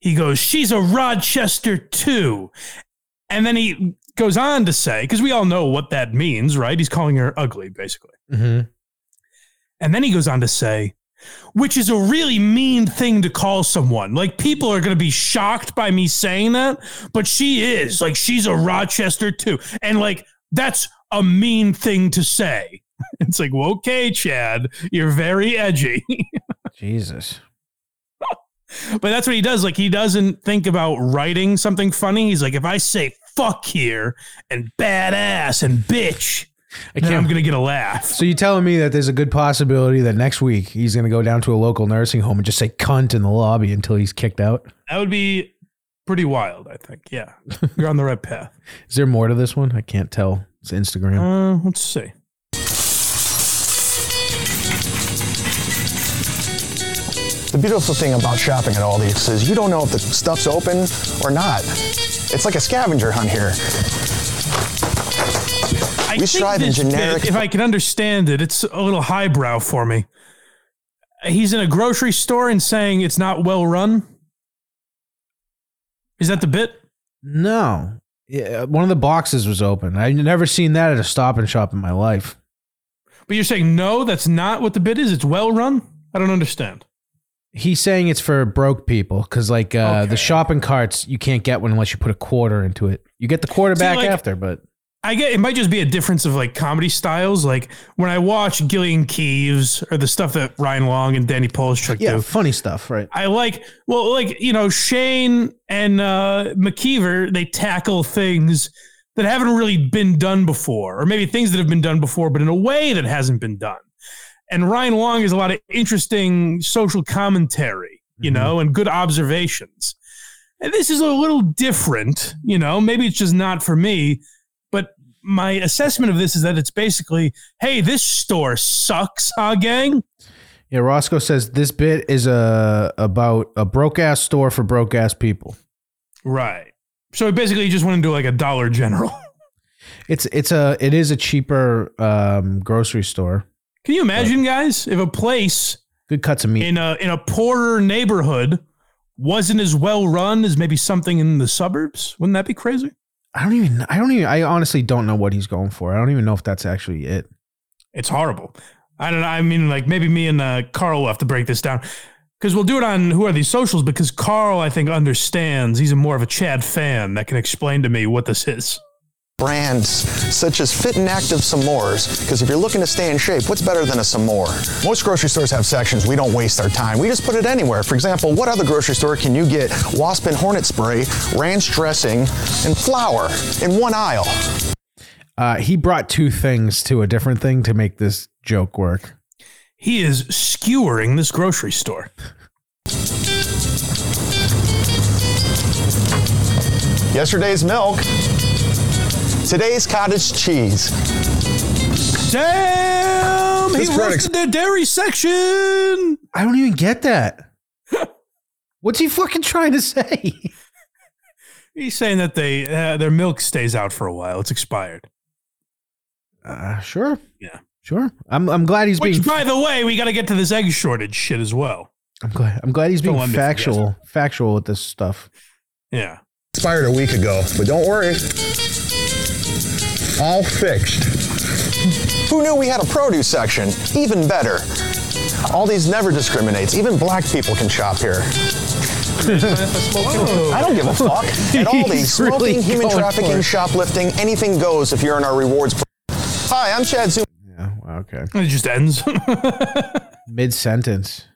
Speaker 1: he goes, "She's a Rochester too," and then he goes on to say, because we all know what that means, right? He's calling her ugly, basically.
Speaker 2: Mm-hmm.
Speaker 1: And then he goes on to say, which is a really mean thing to call someone. Like people are going to be shocked by me saying that, but she is. Like she's a Rochester too. And like that's a mean thing to say. It's like, well, okay, Chad, you're very edgy.
Speaker 2: Jesus.
Speaker 1: but that's what he does. Like he doesn't think about writing something funny. He's like, if I say fuck here and badass and bitch, I
Speaker 2: can't-
Speaker 1: I'm going to get a laugh.
Speaker 2: So you telling me that there's a good possibility that next week he's gonna go down to a local nursing home and just say cunt in the lobby until he's kicked out?
Speaker 1: That would be pretty wild, I think. Yeah. You're on the right path.
Speaker 2: Is there more to this one? I can't tell. It's Instagram.
Speaker 1: Uh, let's see.
Speaker 6: The beautiful thing about shopping at Aldi is you don't know if the stuff's open or not. It's like a scavenger hunt here.
Speaker 1: I
Speaker 6: We strive in
Speaker 1: this
Speaker 6: generic-
Speaker 1: kid, if I can understand it, it's a little highbrow for me. He's in a grocery store and saying it's not well run. Is that the bit?
Speaker 2: No. Yeah, one of the boxes was open. I've never seen that at a stop and shop in my life.
Speaker 1: But you're saying no, that's not what the bit is. It's well run. I don't understand.
Speaker 2: He's saying it's for broke people because, like, uh, the shopping carts, you can't get one unless you put a quarter into it. You get the quarter back
Speaker 1: like-
Speaker 2: after, but
Speaker 1: I get it might just be a difference of like comedy styles. Like when I watch Gillian Keeves or the stuff that Ryan Long and Danny Polishchuk
Speaker 2: yeah,
Speaker 1: do,
Speaker 2: funny stuff, right?
Speaker 1: I like well, like you know, Shane and uh, McKeever, they tackle things that haven't really been done before, or maybe things that have been done before, but in a way that hasn't been done. And Ryan Long has a lot of interesting social commentary, you know, and good observations. And this is a little different, you know. Maybe it's just not for me, but my assessment of this is that it's basically, hey, this store sucks, huh, gang?
Speaker 2: Yeah, Roscoe says this bit is a about a broke ass store for broke ass people.
Speaker 1: Right. So it basically just went into like a Dollar General.
Speaker 2: It's it's a it is a cheaper um, grocery store.
Speaker 1: Can you imagine, guys, if a place
Speaker 2: Good cuts of meat.
Speaker 1: in a in a poorer neighborhood wasn't as well run as maybe something in the suburbs? Wouldn't that be crazy?
Speaker 2: I don't even I don't even I honestly don't know what he's going for. I don't even know if that's actually it.
Speaker 1: It's horrible. I don't know. I mean, like maybe me and uh, Carl will have to break this down because we'll do it on who are these socials because Carl, I think, understands. He's a more of a Chad fan that can explain to me what this is.
Speaker 6: Brands such as Fit and Active S'mores, because if you're looking to stay in shape, what's better than a s'more? Most grocery stores have sections. We don't waste our time. We just put it anywhere. For example, what other grocery store can you get wasp and hornet spray, ranch dressing, and flour in one aisle?
Speaker 2: Uh, he brought two things to a different thing to make this joke work.
Speaker 1: He is skewering this grocery store.
Speaker 6: Yesterday's milk, today's cottage cheese.
Speaker 1: Damn!
Speaker 10: This
Speaker 1: he
Speaker 10: product-
Speaker 1: roasted their dairy section.
Speaker 2: I don't even get that. What's he fucking trying to say?
Speaker 1: He's saying that they uh, their milk stays out for a while; it's expired.
Speaker 2: Uh, sure.
Speaker 1: Yeah.
Speaker 2: Sure. I'm I'm glad he's
Speaker 1: Which,
Speaker 2: being
Speaker 1: by the way, we got to get to this egg shortage shit as well.
Speaker 2: I'm glad I'm glad he's
Speaker 1: Don't
Speaker 2: being
Speaker 1: let me forget.
Speaker 2: factual factual with this stuff.
Speaker 1: Yeah,
Speaker 10: Expired a week ago, but don't worry. All fixed.
Speaker 6: Who knew we had a produce section? Even better. Aldi's never discriminates. Even black people can shop here. I don't give a fuck. At all these
Speaker 2: He's really
Speaker 6: smoking, human
Speaker 2: going for
Speaker 6: trafficking,
Speaker 2: it.
Speaker 6: shoplifting, anything goes if you're in our rewards. pro- Hi, I'm Chad Zoom.
Speaker 2: Yeah. wow, Okay.
Speaker 1: It just ends.
Speaker 2: Mid sentence.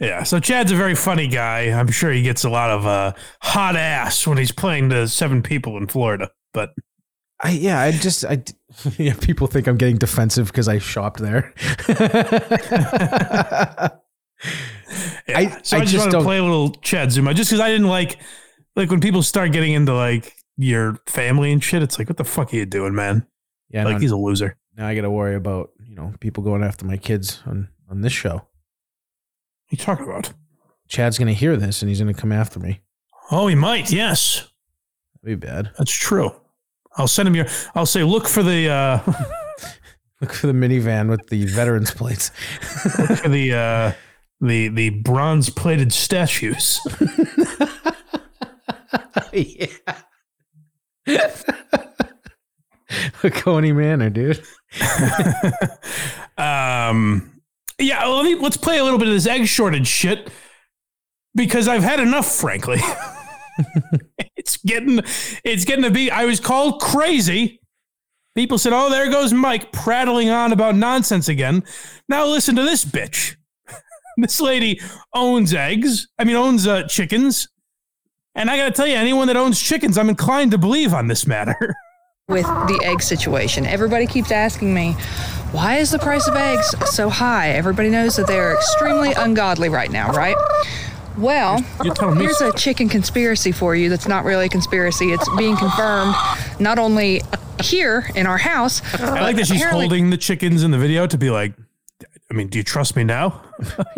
Speaker 1: yeah. So Chad's a very funny guy. I'm sure he gets a lot of uh, hot ass when he's playing to seven people in Florida. But
Speaker 2: I yeah. I just I. d- Yeah, people think I'm getting defensive because I shopped there.
Speaker 1: yeah.
Speaker 2: I-
Speaker 1: so I,
Speaker 2: I
Speaker 1: just,
Speaker 2: just
Speaker 1: want to
Speaker 2: don't-
Speaker 1: play a little Chad Zuma just because I didn't like like when people start getting into like your family and shit. It's like, what the fuck are you doing, man?
Speaker 2: yeah,
Speaker 1: like
Speaker 2: no,
Speaker 1: he's a loser.
Speaker 2: now I got to worry about you know people going after my kids on on this show.
Speaker 1: What are you talking about?
Speaker 2: Chad's gonna hear this and he's gonna come after me.
Speaker 1: Oh, he might. Yes.
Speaker 2: That'd be bad.
Speaker 1: That's true. I'll send him your. I'll say, look for the uh,
Speaker 2: Look for the minivan with the veterans plates.
Speaker 1: look for the uh, the the bronze plated statues.
Speaker 2: yeah. A Coney Manor, dude.
Speaker 1: Um, yeah, well, let me, let's play a little bit of this egg shortage shit because I've had enough, frankly. it's getting it's getting to be. I was called crazy. People said, "Oh, there goes Mike prattling on about nonsense again." Now listen to this bitch. this lady owns eggs. I mean, owns uh, chickens. And I got to tell you, anyone that owns chickens, I'm inclined to believe on this matter.
Speaker 11: with the egg situation. Everybody keeps asking me, why is the price of eggs so high? Everybody knows that they're extremely ungodly right now, right? Well,
Speaker 1: You're telling me
Speaker 11: here's a chicken conspiracy for you that's not really a conspiracy. It's being confirmed not only here in our house,
Speaker 1: I like that she's holding the chickens in the video to be like, I mean, do you trust me now?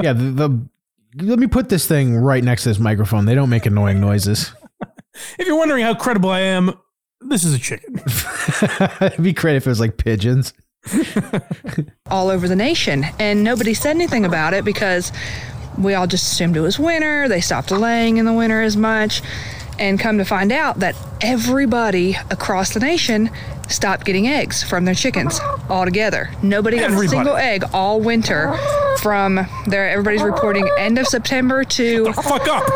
Speaker 2: Yeah, the, the let me put this thing right next to this microphone. They don't make annoying noises.
Speaker 1: If you're wondering how credible I am, this is a chicken.
Speaker 2: It'd be great if it was like pigeons.
Speaker 11: all over the nation. And nobody said anything about it because we all just assumed it was winter. They stopped laying in the winter as much. And come to find out that everybody across the nation stopped getting eggs from their chickens altogether. Nobody got
Speaker 1: Everybody.
Speaker 11: a single egg all winter from their everybody's reporting end of September to
Speaker 1: Fuck up,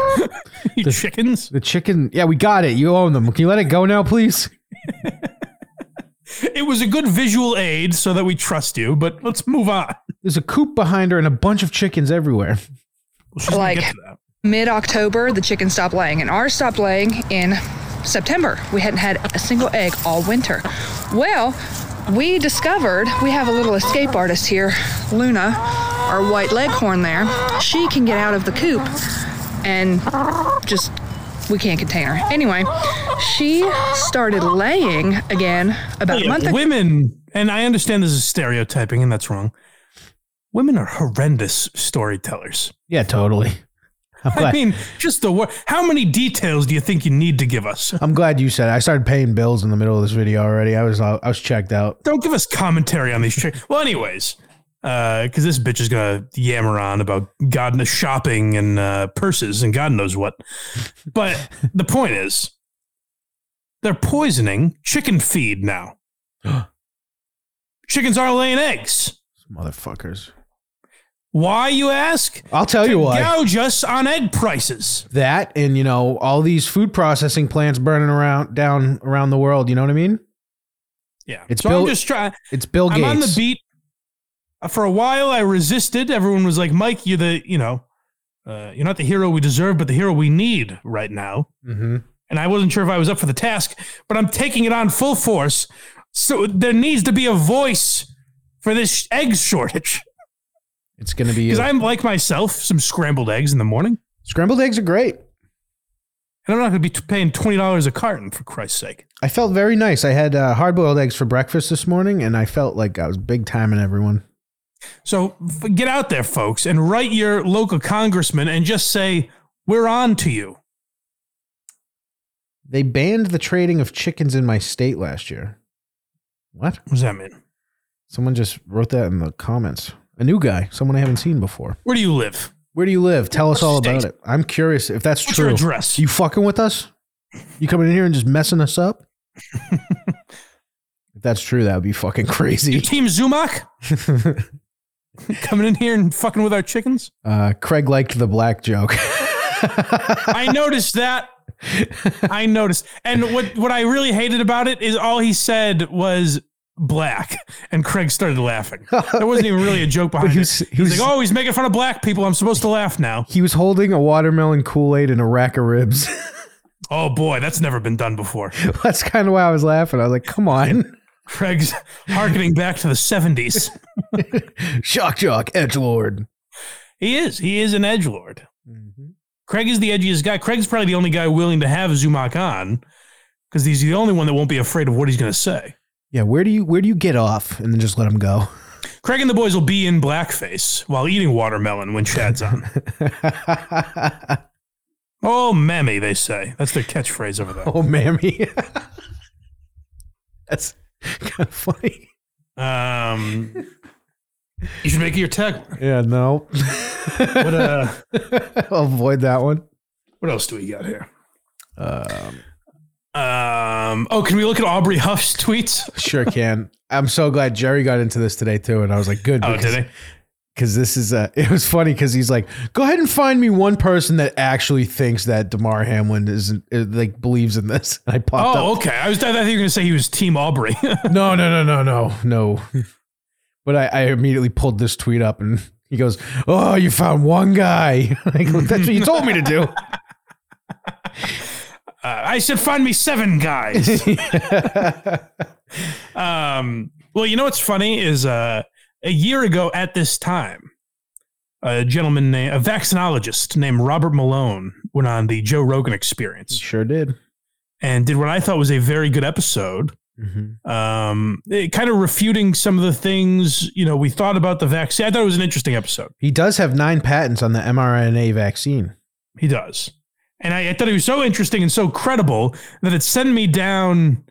Speaker 1: you chickens.
Speaker 2: The chicken. Yeah, we got it. You own them. Can you let it go now, please?
Speaker 1: It was a good visual aid so that we trust you, but let's move on.
Speaker 2: There's a coop behind her and a bunch of chickens everywhere.
Speaker 1: She's gonna
Speaker 11: Like-
Speaker 1: get to that.
Speaker 11: mid October, the chickens stopped laying, and ours stopped laying in September. We hadn't had a single egg all winter. Well, we discovered we have a little escape artist here, Luna, our white leghorn there. She can get out of the coop and just we can't contain her. Anyway, she started laying again about a
Speaker 1: Yeah,
Speaker 11: month ago.
Speaker 1: women, and I understand this is stereotyping, and that's wrong. Women are horrendous storytellers.
Speaker 2: Yeah, totally. I'm glad.
Speaker 1: I mean, just the word. How many details do you think you need to give us?
Speaker 2: I'm glad you said it. I started paying bills in the middle of this video already. I was I was checked out.
Speaker 1: don't give us commentary on these chicks. Well, anyways, because this bitch is gonna yammer on about God knows shopping and uh, purses and God knows what. But the point is, they're poisoning chicken feed now. Chickens aren't laying eggs.
Speaker 2: Motherfuckers.
Speaker 1: Why, you ask?
Speaker 2: I'll tell you
Speaker 1: To
Speaker 2: why.
Speaker 1: Gouge us on egg prices.
Speaker 2: That and you know all these food processing plants burning around down around the world. You know what I mean?
Speaker 1: Yeah,
Speaker 2: It's
Speaker 1: so I'm
Speaker 2: built-
Speaker 1: just trying.
Speaker 2: It's Bill
Speaker 1: I'm
Speaker 2: Gates.
Speaker 1: on the beat. Uh, For a while, I resisted. Everyone was like, "Mike, you're the you know, uh, you're not the hero we deserve, but the hero we need right now."
Speaker 2: Mm-hmm.
Speaker 1: And I wasn't sure if I was up for the task, but I'm taking it on full force. So there needs to be a voice for this egg shortage
Speaker 2: It's gonna be
Speaker 1: because I'm like myself, some scrambled eggs in the morning,
Speaker 2: scrambled eggs are great.
Speaker 1: and I'm not going to be t- paying twenty dollars a carton for Christ's sake.
Speaker 2: I felt very nice. I had uh, hard boiled eggs for breakfast this morning, and I felt like I was big timing everyone.
Speaker 1: So f- get out there, folks, and write your local congressman and just say, "We're on to you."
Speaker 2: They banned the trading of chickens in my state last year. What?
Speaker 1: What does that mean?
Speaker 2: Someone just wrote that in the comments. A new guy, someone I haven't seen before.
Speaker 1: Where do you live?
Speaker 2: Where do you live? Tell us all about
Speaker 1: State.
Speaker 2: it. I'm curious if that's
Speaker 1: What's
Speaker 2: true.
Speaker 1: your address?
Speaker 2: You fucking with us? You coming in here and just messing us up? if that's true, that would be fucking
Speaker 1: You
Speaker 2: crazy.
Speaker 1: team Zumach? coming in here and fucking with our chickens.
Speaker 2: Uh, Craig liked the black joke.
Speaker 1: I noticed that. I noticed. And what what I really hated about it is all he said was black and Craig started laughing. There wasn't even really a joke
Speaker 2: But
Speaker 1: behind
Speaker 2: he was-
Speaker 1: it.
Speaker 2: he
Speaker 1: He's
Speaker 2: was-
Speaker 1: like, "Oh, he's making fun of black people. I'm supposed to laugh now."
Speaker 2: he was holding a watermelon Kool Aid and a rack of ribs.
Speaker 1: Oh boy, that's never been done before.
Speaker 2: That's kind of why I was laughing. I was like, "Come on,
Speaker 1: Craig's harkening back to the 70s.
Speaker 2: shock jock, edge lord."
Speaker 1: He is. He is an edge lord.
Speaker 2: Mm-hmm.
Speaker 1: Craig is the edgiest guy. Craig's probably the only guy willing to have Zumak on because he's the only one that won't be afraid of what he's going to say.
Speaker 2: Yeah, where do you where do you get off and then just let him go?
Speaker 1: Craig and the boys will be in blackface while eating watermelon when Chad's on. oh, mammy, they say. That's their catchphrase over there.
Speaker 2: Oh, mammy. That's kind of funny.
Speaker 1: Um, you should make it your tagline.
Speaker 2: Yeah, no.
Speaker 1: What, uh,
Speaker 2: Avoid that one.
Speaker 1: what else do we got here?
Speaker 2: Um,
Speaker 1: Um, oh, can we look at Aubrey Huff's tweets?
Speaker 2: sure can. I'm so glad Jerry got into this today too, and I was like, good.
Speaker 1: Oh, did he?
Speaker 2: Because this is uh, it was funny because he's like, go ahead and find me one person that actually thinks that Damar Hamlin isn't is, like believes in this. And I popped
Speaker 1: Oh,
Speaker 2: up.
Speaker 1: okay. I was. I thought you were going to say he was Team Aubrey.
Speaker 2: No, no, no, no, no, no. But I, I immediately pulled this tweet up, and he goes, "Oh, you found one guy. like, that's what you told me to do."
Speaker 1: Uh, I should find me seven guys. um, well, you know what's funny is uh, a year ago at this time, a gentleman named a vaccinologist named Robert Malone went on the Joe Rogan Experience
Speaker 2: Sure did.
Speaker 1: and did what I thought was a very good episode. Um, it kind of refuting some of the things you know we thought about the vaccine. I thought it was an interesting episode.
Speaker 2: He does have nine patents on the mRNA vaccine.
Speaker 1: He does. And I, I thought he was so interesting and so credible that it sent me down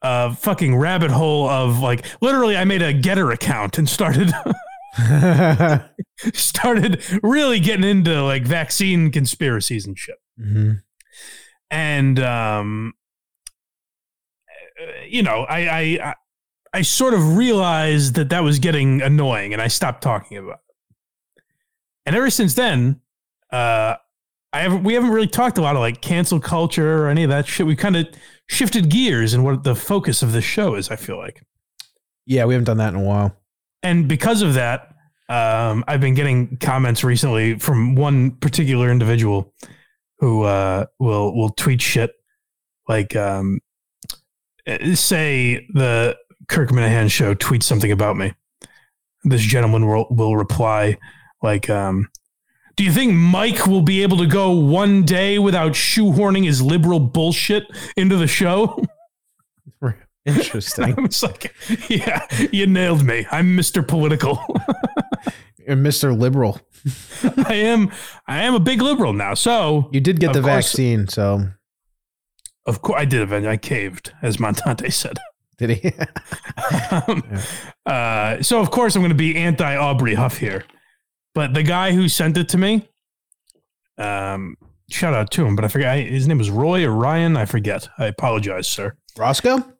Speaker 1: a fucking rabbit hole of like literally I made a getter account and started
Speaker 2: Mhm.
Speaker 1: started really getting into like vaccine conspiracies and shit. And um uh, you know, I I I, I sort of realized that that was getting annoying and I stopped talking about it. And ever since then, uh I haven't, we haven't really talked a lot of like cancel culture or any of that shit. We kind of shifted gears in what the focus of this show is, I feel like.
Speaker 2: Yeah, we haven't done that in a while.
Speaker 1: And because of that, um, I've been getting comments recently from one particular individual who uh, will will tweet shit like um, eh, say the Kirk Minahan show tweets something about me. This gentleman will will reply like um, do you think Mike will be able to go one day without shoehorning his liberal bullshit into the show?
Speaker 2: Interesting.
Speaker 1: I was like, yeah, you nailed me. I'm Mr. Political.
Speaker 2: and Mr. Liberal,
Speaker 1: I am I am a big liberal now. So
Speaker 2: you did get
Speaker 1: Of
Speaker 2: the
Speaker 1: course.
Speaker 2: vaccine, so
Speaker 1: of course I did eventually I caved, as Montante said.
Speaker 2: did he?
Speaker 1: Um, uh, so of course I'm gonna be anti Aubrey Huff here. But the guy who sent it to me, um, shout out to him, but I forget his name was Roy or Ryan, I forget. I apologize, sir.
Speaker 2: Roscoe?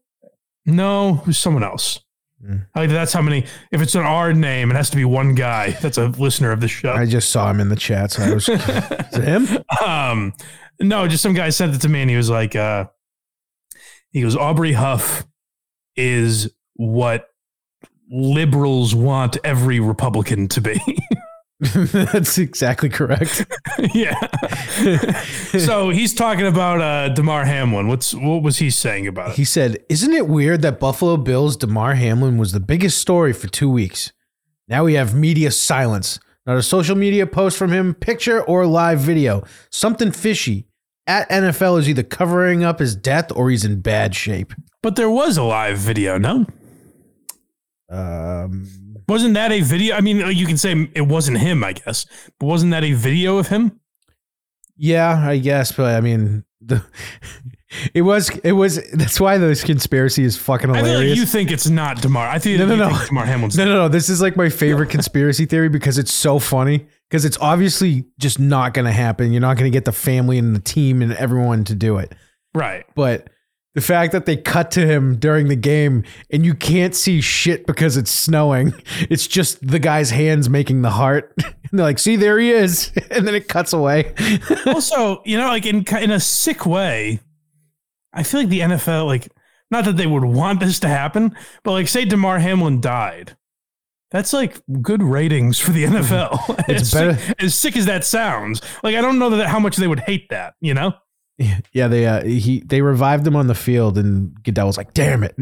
Speaker 1: No, it was someone else.
Speaker 2: Mm.
Speaker 1: I like that that's how many. If it's an R name, it has to be one guy. That's a listener of the show.
Speaker 2: I just saw him in the chat, so I was is it him.
Speaker 1: um no just some guy sent it to me and he was like uh he goes aubrey huff is what liberals want every republican to be
Speaker 2: That's exactly correct.
Speaker 1: yeah so he's talking about uh demar hamlin what's what was he saying about it
Speaker 2: He said, Isn't it weird that Buffalo Bills DeMar Hamlin was the biggest story for two weeks? Now we have media silence. Not a social media post from him, picture or live video. Something fishy. At NFL is either covering up his death or he's in bad shape.
Speaker 1: but there was a live video no
Speaker 2: Um,
Speaker 1: wasn't that a video i mean you can say it wasn't him i guess but wasn't that a video of him
Speaker 2: yeah, I guess, but I mean, the, it was, it was, that's why this conspiracy is fucking
Speaker 1: i feel like
Speaker 2: hilarious.
Speaker 1: you think it's not demar i think
Speaker 2: No, no,
Speaker 1: you
Speaker 2: no.
Speaker 1: think demar hamlin's
Speaker 2: No, no, no. This is like my favorite conspiracy theory because it's so funny. Because it's obviously just not going to happen. You're not going to get the family and the team and everyone to do it.
Speaker 1: right
Speaker 2: But The fact that they cut to him during the game and you can't see shit because it's snowing. It's just the guy's hands making the heart. And they're like, see, there he is. And then it cuts away.
Speaker 1: also, you know, like in in a sick way, I feel like the NFL, like, not that they would want this to happen, but like, say Damar Hamlin died. That's like good ratings for the NFL.
Speaker 2: Mm-hmm. It's
Speaker 1: as,
Speaker 2: better-
Speaker 1: sick, as sick as that sounds. Like, I don't know that how much they would hate that, you know?
Speaker 2: Yeah, they uh, he they revived him on the field, and Goodell was like, "Damn it!"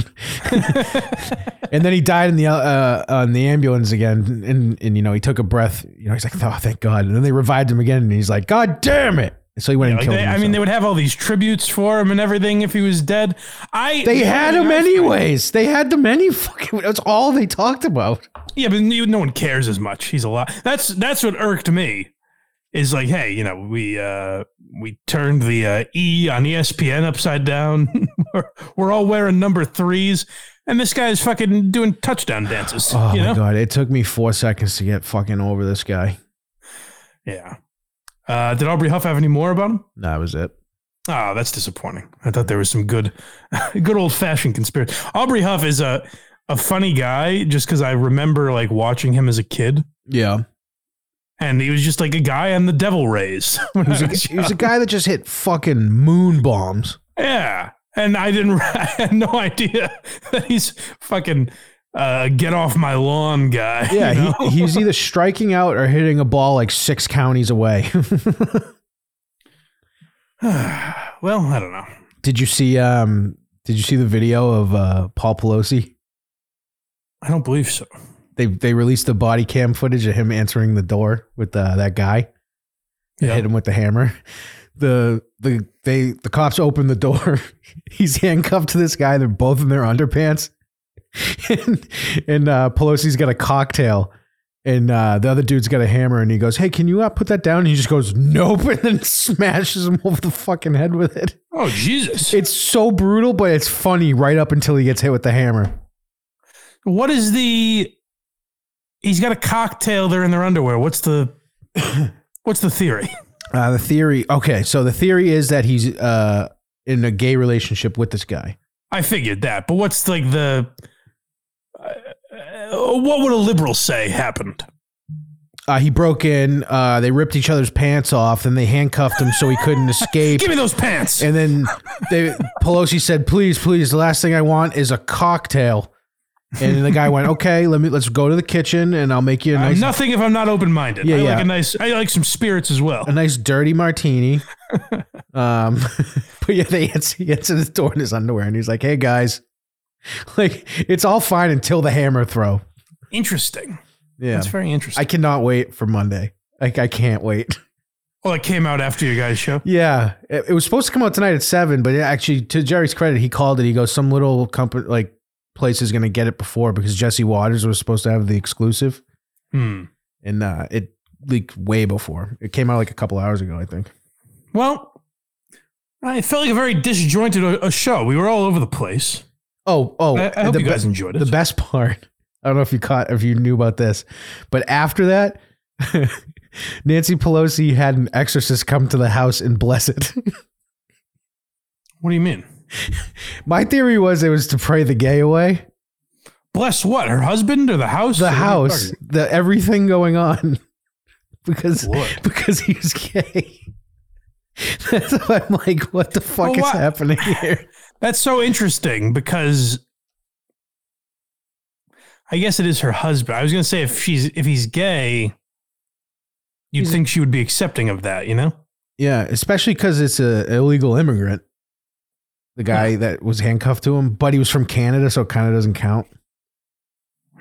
Speaker 2: and then he died in the uh, on the ambulance again, and and you know he took a breath. You know he's like, "Oh, thank God!" And then they revived him again, and he's like, "God damn it!" So he went and
Speaker 1: Like
Speaker 2: killed
Speaker 1: they-
Speaker 2: him.
Speaker 1: I mean, they would have all these tributes for him and everything if he was dead. I
Speaker 2: they had him
Speaker 1: I-
Speaker 2: anyways. They had them any fucking. That's all they talked about.
Speaker 1: Yeah, but you- no one cares as much. He's alive. That's that's what irked me. Is like, hey, you know, we uh we turned the uh, E on ESPN upside down. we're, we're all wearing number threes, and this guy's fucking doing touchdown dances.
Speaker 2: Oh
Speaker 1: you
Speaker 2: my
Speaker 1: know,
Speaker 2: god! It took me four seconds to get fucking over this guy.
Speaker 1: yeah. Uh, did Aubrey Huff have any more about him?
Speaker 2: That was it.
Speaker 1: Oh, that's disappointing. I thought there was some good, good old fashioned conspiracy. Aubrey Huff is a a funny guy just because I remember like watching him as a kid,
Speaker 2: Yeah,
Speaker 1: and he was just like a guy on the Devil Rays. when
Speaker 2: he was,
Speaker 1: I
Speaker 2: a,
Speaker 1: was
Speaker 2: he was a guy that just hit fucking moon bombs.
Speaker 1: Yeah. And I didn't, I had no idea that he's fucking uh, get off my lawn guy. you
Speaker 2: Yeah,
Speaker 1: know?
Speaker 2: he, he's either striking out or hitting a ball like six counties away.
Speaker 1: well, I don't know.
Speaker 2: did you see? Um, did you see the video of uh, Paul Pelosi?
Speaker 1: I don't believe so.
Speaker 2: They they released the body cam footage of him answering the door with uh, that guy. that
Speaker 1: Yeah.
Speaker 2: Hit him with the hammer. The the they the cops open the door. he's handcuffed to this guy. They're both in their underpants. and and uh, Pelosi's got a cocktail, and uh, the other dude's got a hammer, and he goes, "Hey, can you uh, put that down?" And he just goes, "Nope," and then smashes him over the fucking head with it.
Speaker 1: Oh, Jesus.
Speaker 2: It's so brutal, but it's funny right up until he gets hit with the hammer.
Speaker 1: What is the. He's got a cocktail there in their underwear. What's the. What's the theory?
Speaker 2: Uh, the theory, okay, so the theory is that he's uh, in a gay relationship with this guy.
Speaker 1: I figured that, but what's like the. Uh, what would a liberal say happened?
Speaker 2: Uh, he broke in. Uh, they ripped each other's pants off, and they handcuffed him so he couldn't escape.
Speaker 1: Give me those pants.
Speaker 2: And then they Pelosi said, "Please, please, the last thing I want is a cocktail." And then the guy went, "Okay, let me let's go to the kitchen and I'll make you a
Speaker 1: I'm
Speaker 2: nice
Speaker 1: nothing if I'm not open minded.
Speaker 2: Yeah,
Speaker 1: I
Speaker 2: yeah.
Speaker 1: like a nice. I like some spirits as well.
Speaker 2: a nice dirty martini." um, but yeah, they answer, he answered his door in his underwear, and he's like, "Hey guys, like it's all fine until the hammer throw."
Speaker 1: Interesting.
Speaker 2: Yeah,
Speaker 1: That's very interesting.
Speaker 2: I cannot wait for Monday. Like I can't wait.
Speaker 1: Well, it came out after your guys' show.
Speaker 2: Yeah, it, it was supposed to come out tonight at seven, but it actually, to Jerry's credit, he called it. He goes, some little company like place is going to get it before because Jesse Waters was supposed to have the exclusive,
Speaker 1: Hmm.
Speaker 2: and uh, it leaked way before. It came out like a couple hours ago, I think.
Speaker 1: Well, I felt like a very disjointed uh, uh, show. We were all over the place.
Speaker 2: Oh, oh,
Speaker 1: I- I hope you guys
Speaker 2: be-
Speaker 1: enjoyed it.
Speaker 2: The best part, I don't know if you caught, if you knew about this, but after that. Nancy Pelosi had an exorcist come to the house and bless it.
Speaker 1: What do you mean?
Speaker 2: My theory was it was to pray the gay away.
Speaker 1: Bless what? Her husband or the house?
Speaker 2: the
Speaker 1: Or what are you
Speaker 2: house,
Speaker 1: talking
Speaker 2: the everything going on, because
Speaker 1: Lord.
Speaker 2: because he was gay. That's why I'm like, what the fuck
Speaker 1: Well,
Speaker 2: is
Speaker 1: why-
Speaker 2: happening here?
Speaker 1: about? That's so interesting because I guess it is her husband. I was going to say if she's if he's gay, you'd think she would be accepting of that, you know?
Speaker 2: Yeah, especially because it's a illegal immigrant. The guy that was handcuffed to him, but he was from Canada, so it kind of doesn't count.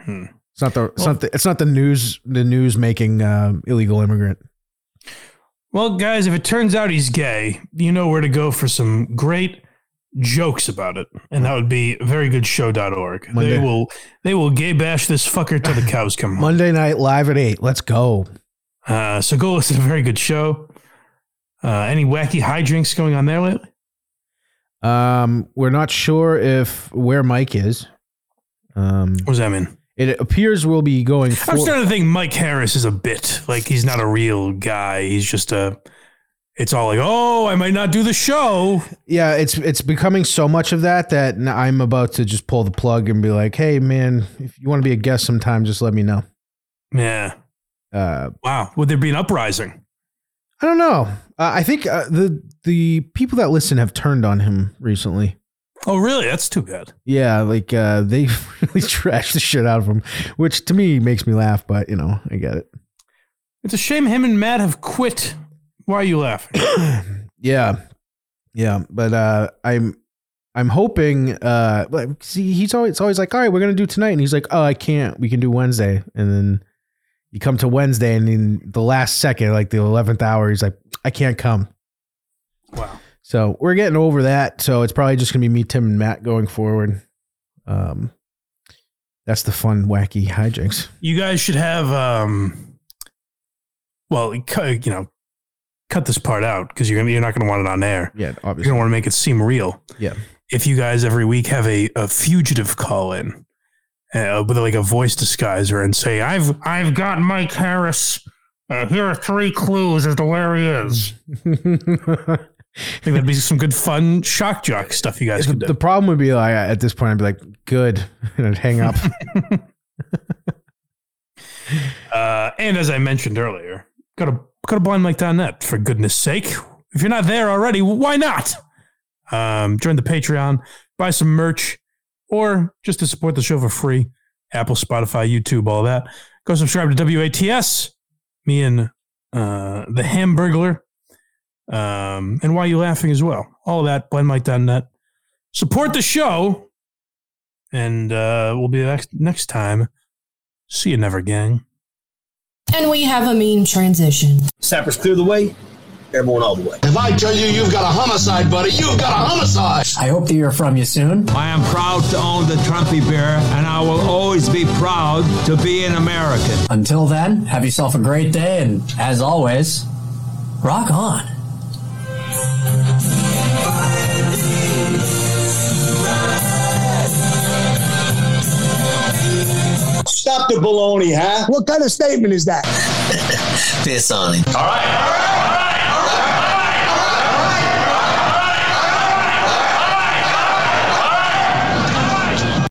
Speaker 1: Hmm.
Speaker 2: It's not the it's
Speaker 1: Well-
Speaker 2: not the, it's not the news the news making um, illegal immigrant.
Speaker 1: Well, guys, if it turns out he's gay, you know where to go for some great jokes about it. And that would be verygoodShow.org.
Speaker 2: Monday.
Speaker 1: They will they will gay bash this fucker till the cows come home.
Speaker 2: Monday night live at eight. Let's go.
Speaker 1: Uh, so go listen to a very good show. Uh, any wacky high drinks going on there lately?
Speaker 2: Um, we're not sure if where Mike is. Um,
Speaker 1: What does that mean?
Speaker 2: It appears we'll be going. For,
Speaker 1: I'm starting to think Mike Harris is a bit. Like he's not a real guy. He's just a it's all like, oh, I might not do the show.
Speaker 2: Yeah, it's it's becoming so much of that that n- I'm about to just pull the plug and be like, "Hey, man, if you want to be a guest sometime, just let me know."
Speaker 1: Yeah.
Speaker 2: Uh,
Speaker 1: wow. Would there be an uprising?
Speaker 2: I don't know. Uh, I think uh, the the people that listen have turned on him recently.
Speaker 1: Oh, really? That's too bad.
Speaker 2: Yeah, like uh, they really trashed the shit out of him, which to me makes me laugh. But you know, I get it.
Speaker 1: It's a shame him and Matt have quit. Why are you laughing?
Speaker 2: Yeah, yeah. But uh, I'm I'm hoping. Uh, like, see, he's always it's always like, all right, we're gonna do tonight, and he's like, oh, I can't. We can do Wednesday, and then you come to Wednesday, and in the last second, like the eleventh hour, he's like, I can't come.
Speaker 1: Wow.
Speaker 2: So we're getting over that. So it's probably just gonna be me, Tim, and Matt going forward. Um, that's the fun, wacky hijinks.
Speaker 1: You guys should have, um, well, you cut- you know, cut this part out because you're gonna you're not gonna want it on air.
Speaker 2: Yeah, obviously.
Speaker 1: You're gonna want to make it seem real.
Speaker 2: Yeah.
Speaker 1: If you guys every week have a, a fugitive call in uh, with like a voice disguiser and say, "I've I've got Mike Harris. Uh, here are three clues as to where he is." I think that'd be some good fun shock jock stuff you guys
Speaker 2: the,
Speaker 1: could do.
Speaker 2: the problem would be like at this point, I'd be like, good, and I'd hang up.
Speaker 1: Uh, and as I mentioned earlier, go to go to blindmike.net for goodness sake. If you're not there already, why not? Um, join the Patreon, buy some merch, or just to support the show for free. Apple, Spotify, YouTube, all that. Go subscribe to WATS. Me and uh, the Hamburglar, um, and why you laughing as well. All that blendmike.net. Support the show, and uh, we'll be back next time. See you, never gang.
Speaker 12: And we have a mean transition.
Speaker 8: Sappers clear the way, everyone all the way.
Speaker 13: If I tell you you've got a homicide, buddy, you've got a homicide.
Speaker 14: I hope to hear from you soon. I am proud to own the Trumpy Bear, and I will always be proud to be an American. Until then, have yourself a great day, and as always, rock on.
Speaker 13: Stop the baloney, huh? What kind of statement is that?
Speaker 15: Piss on him.
Speaker 13: All right.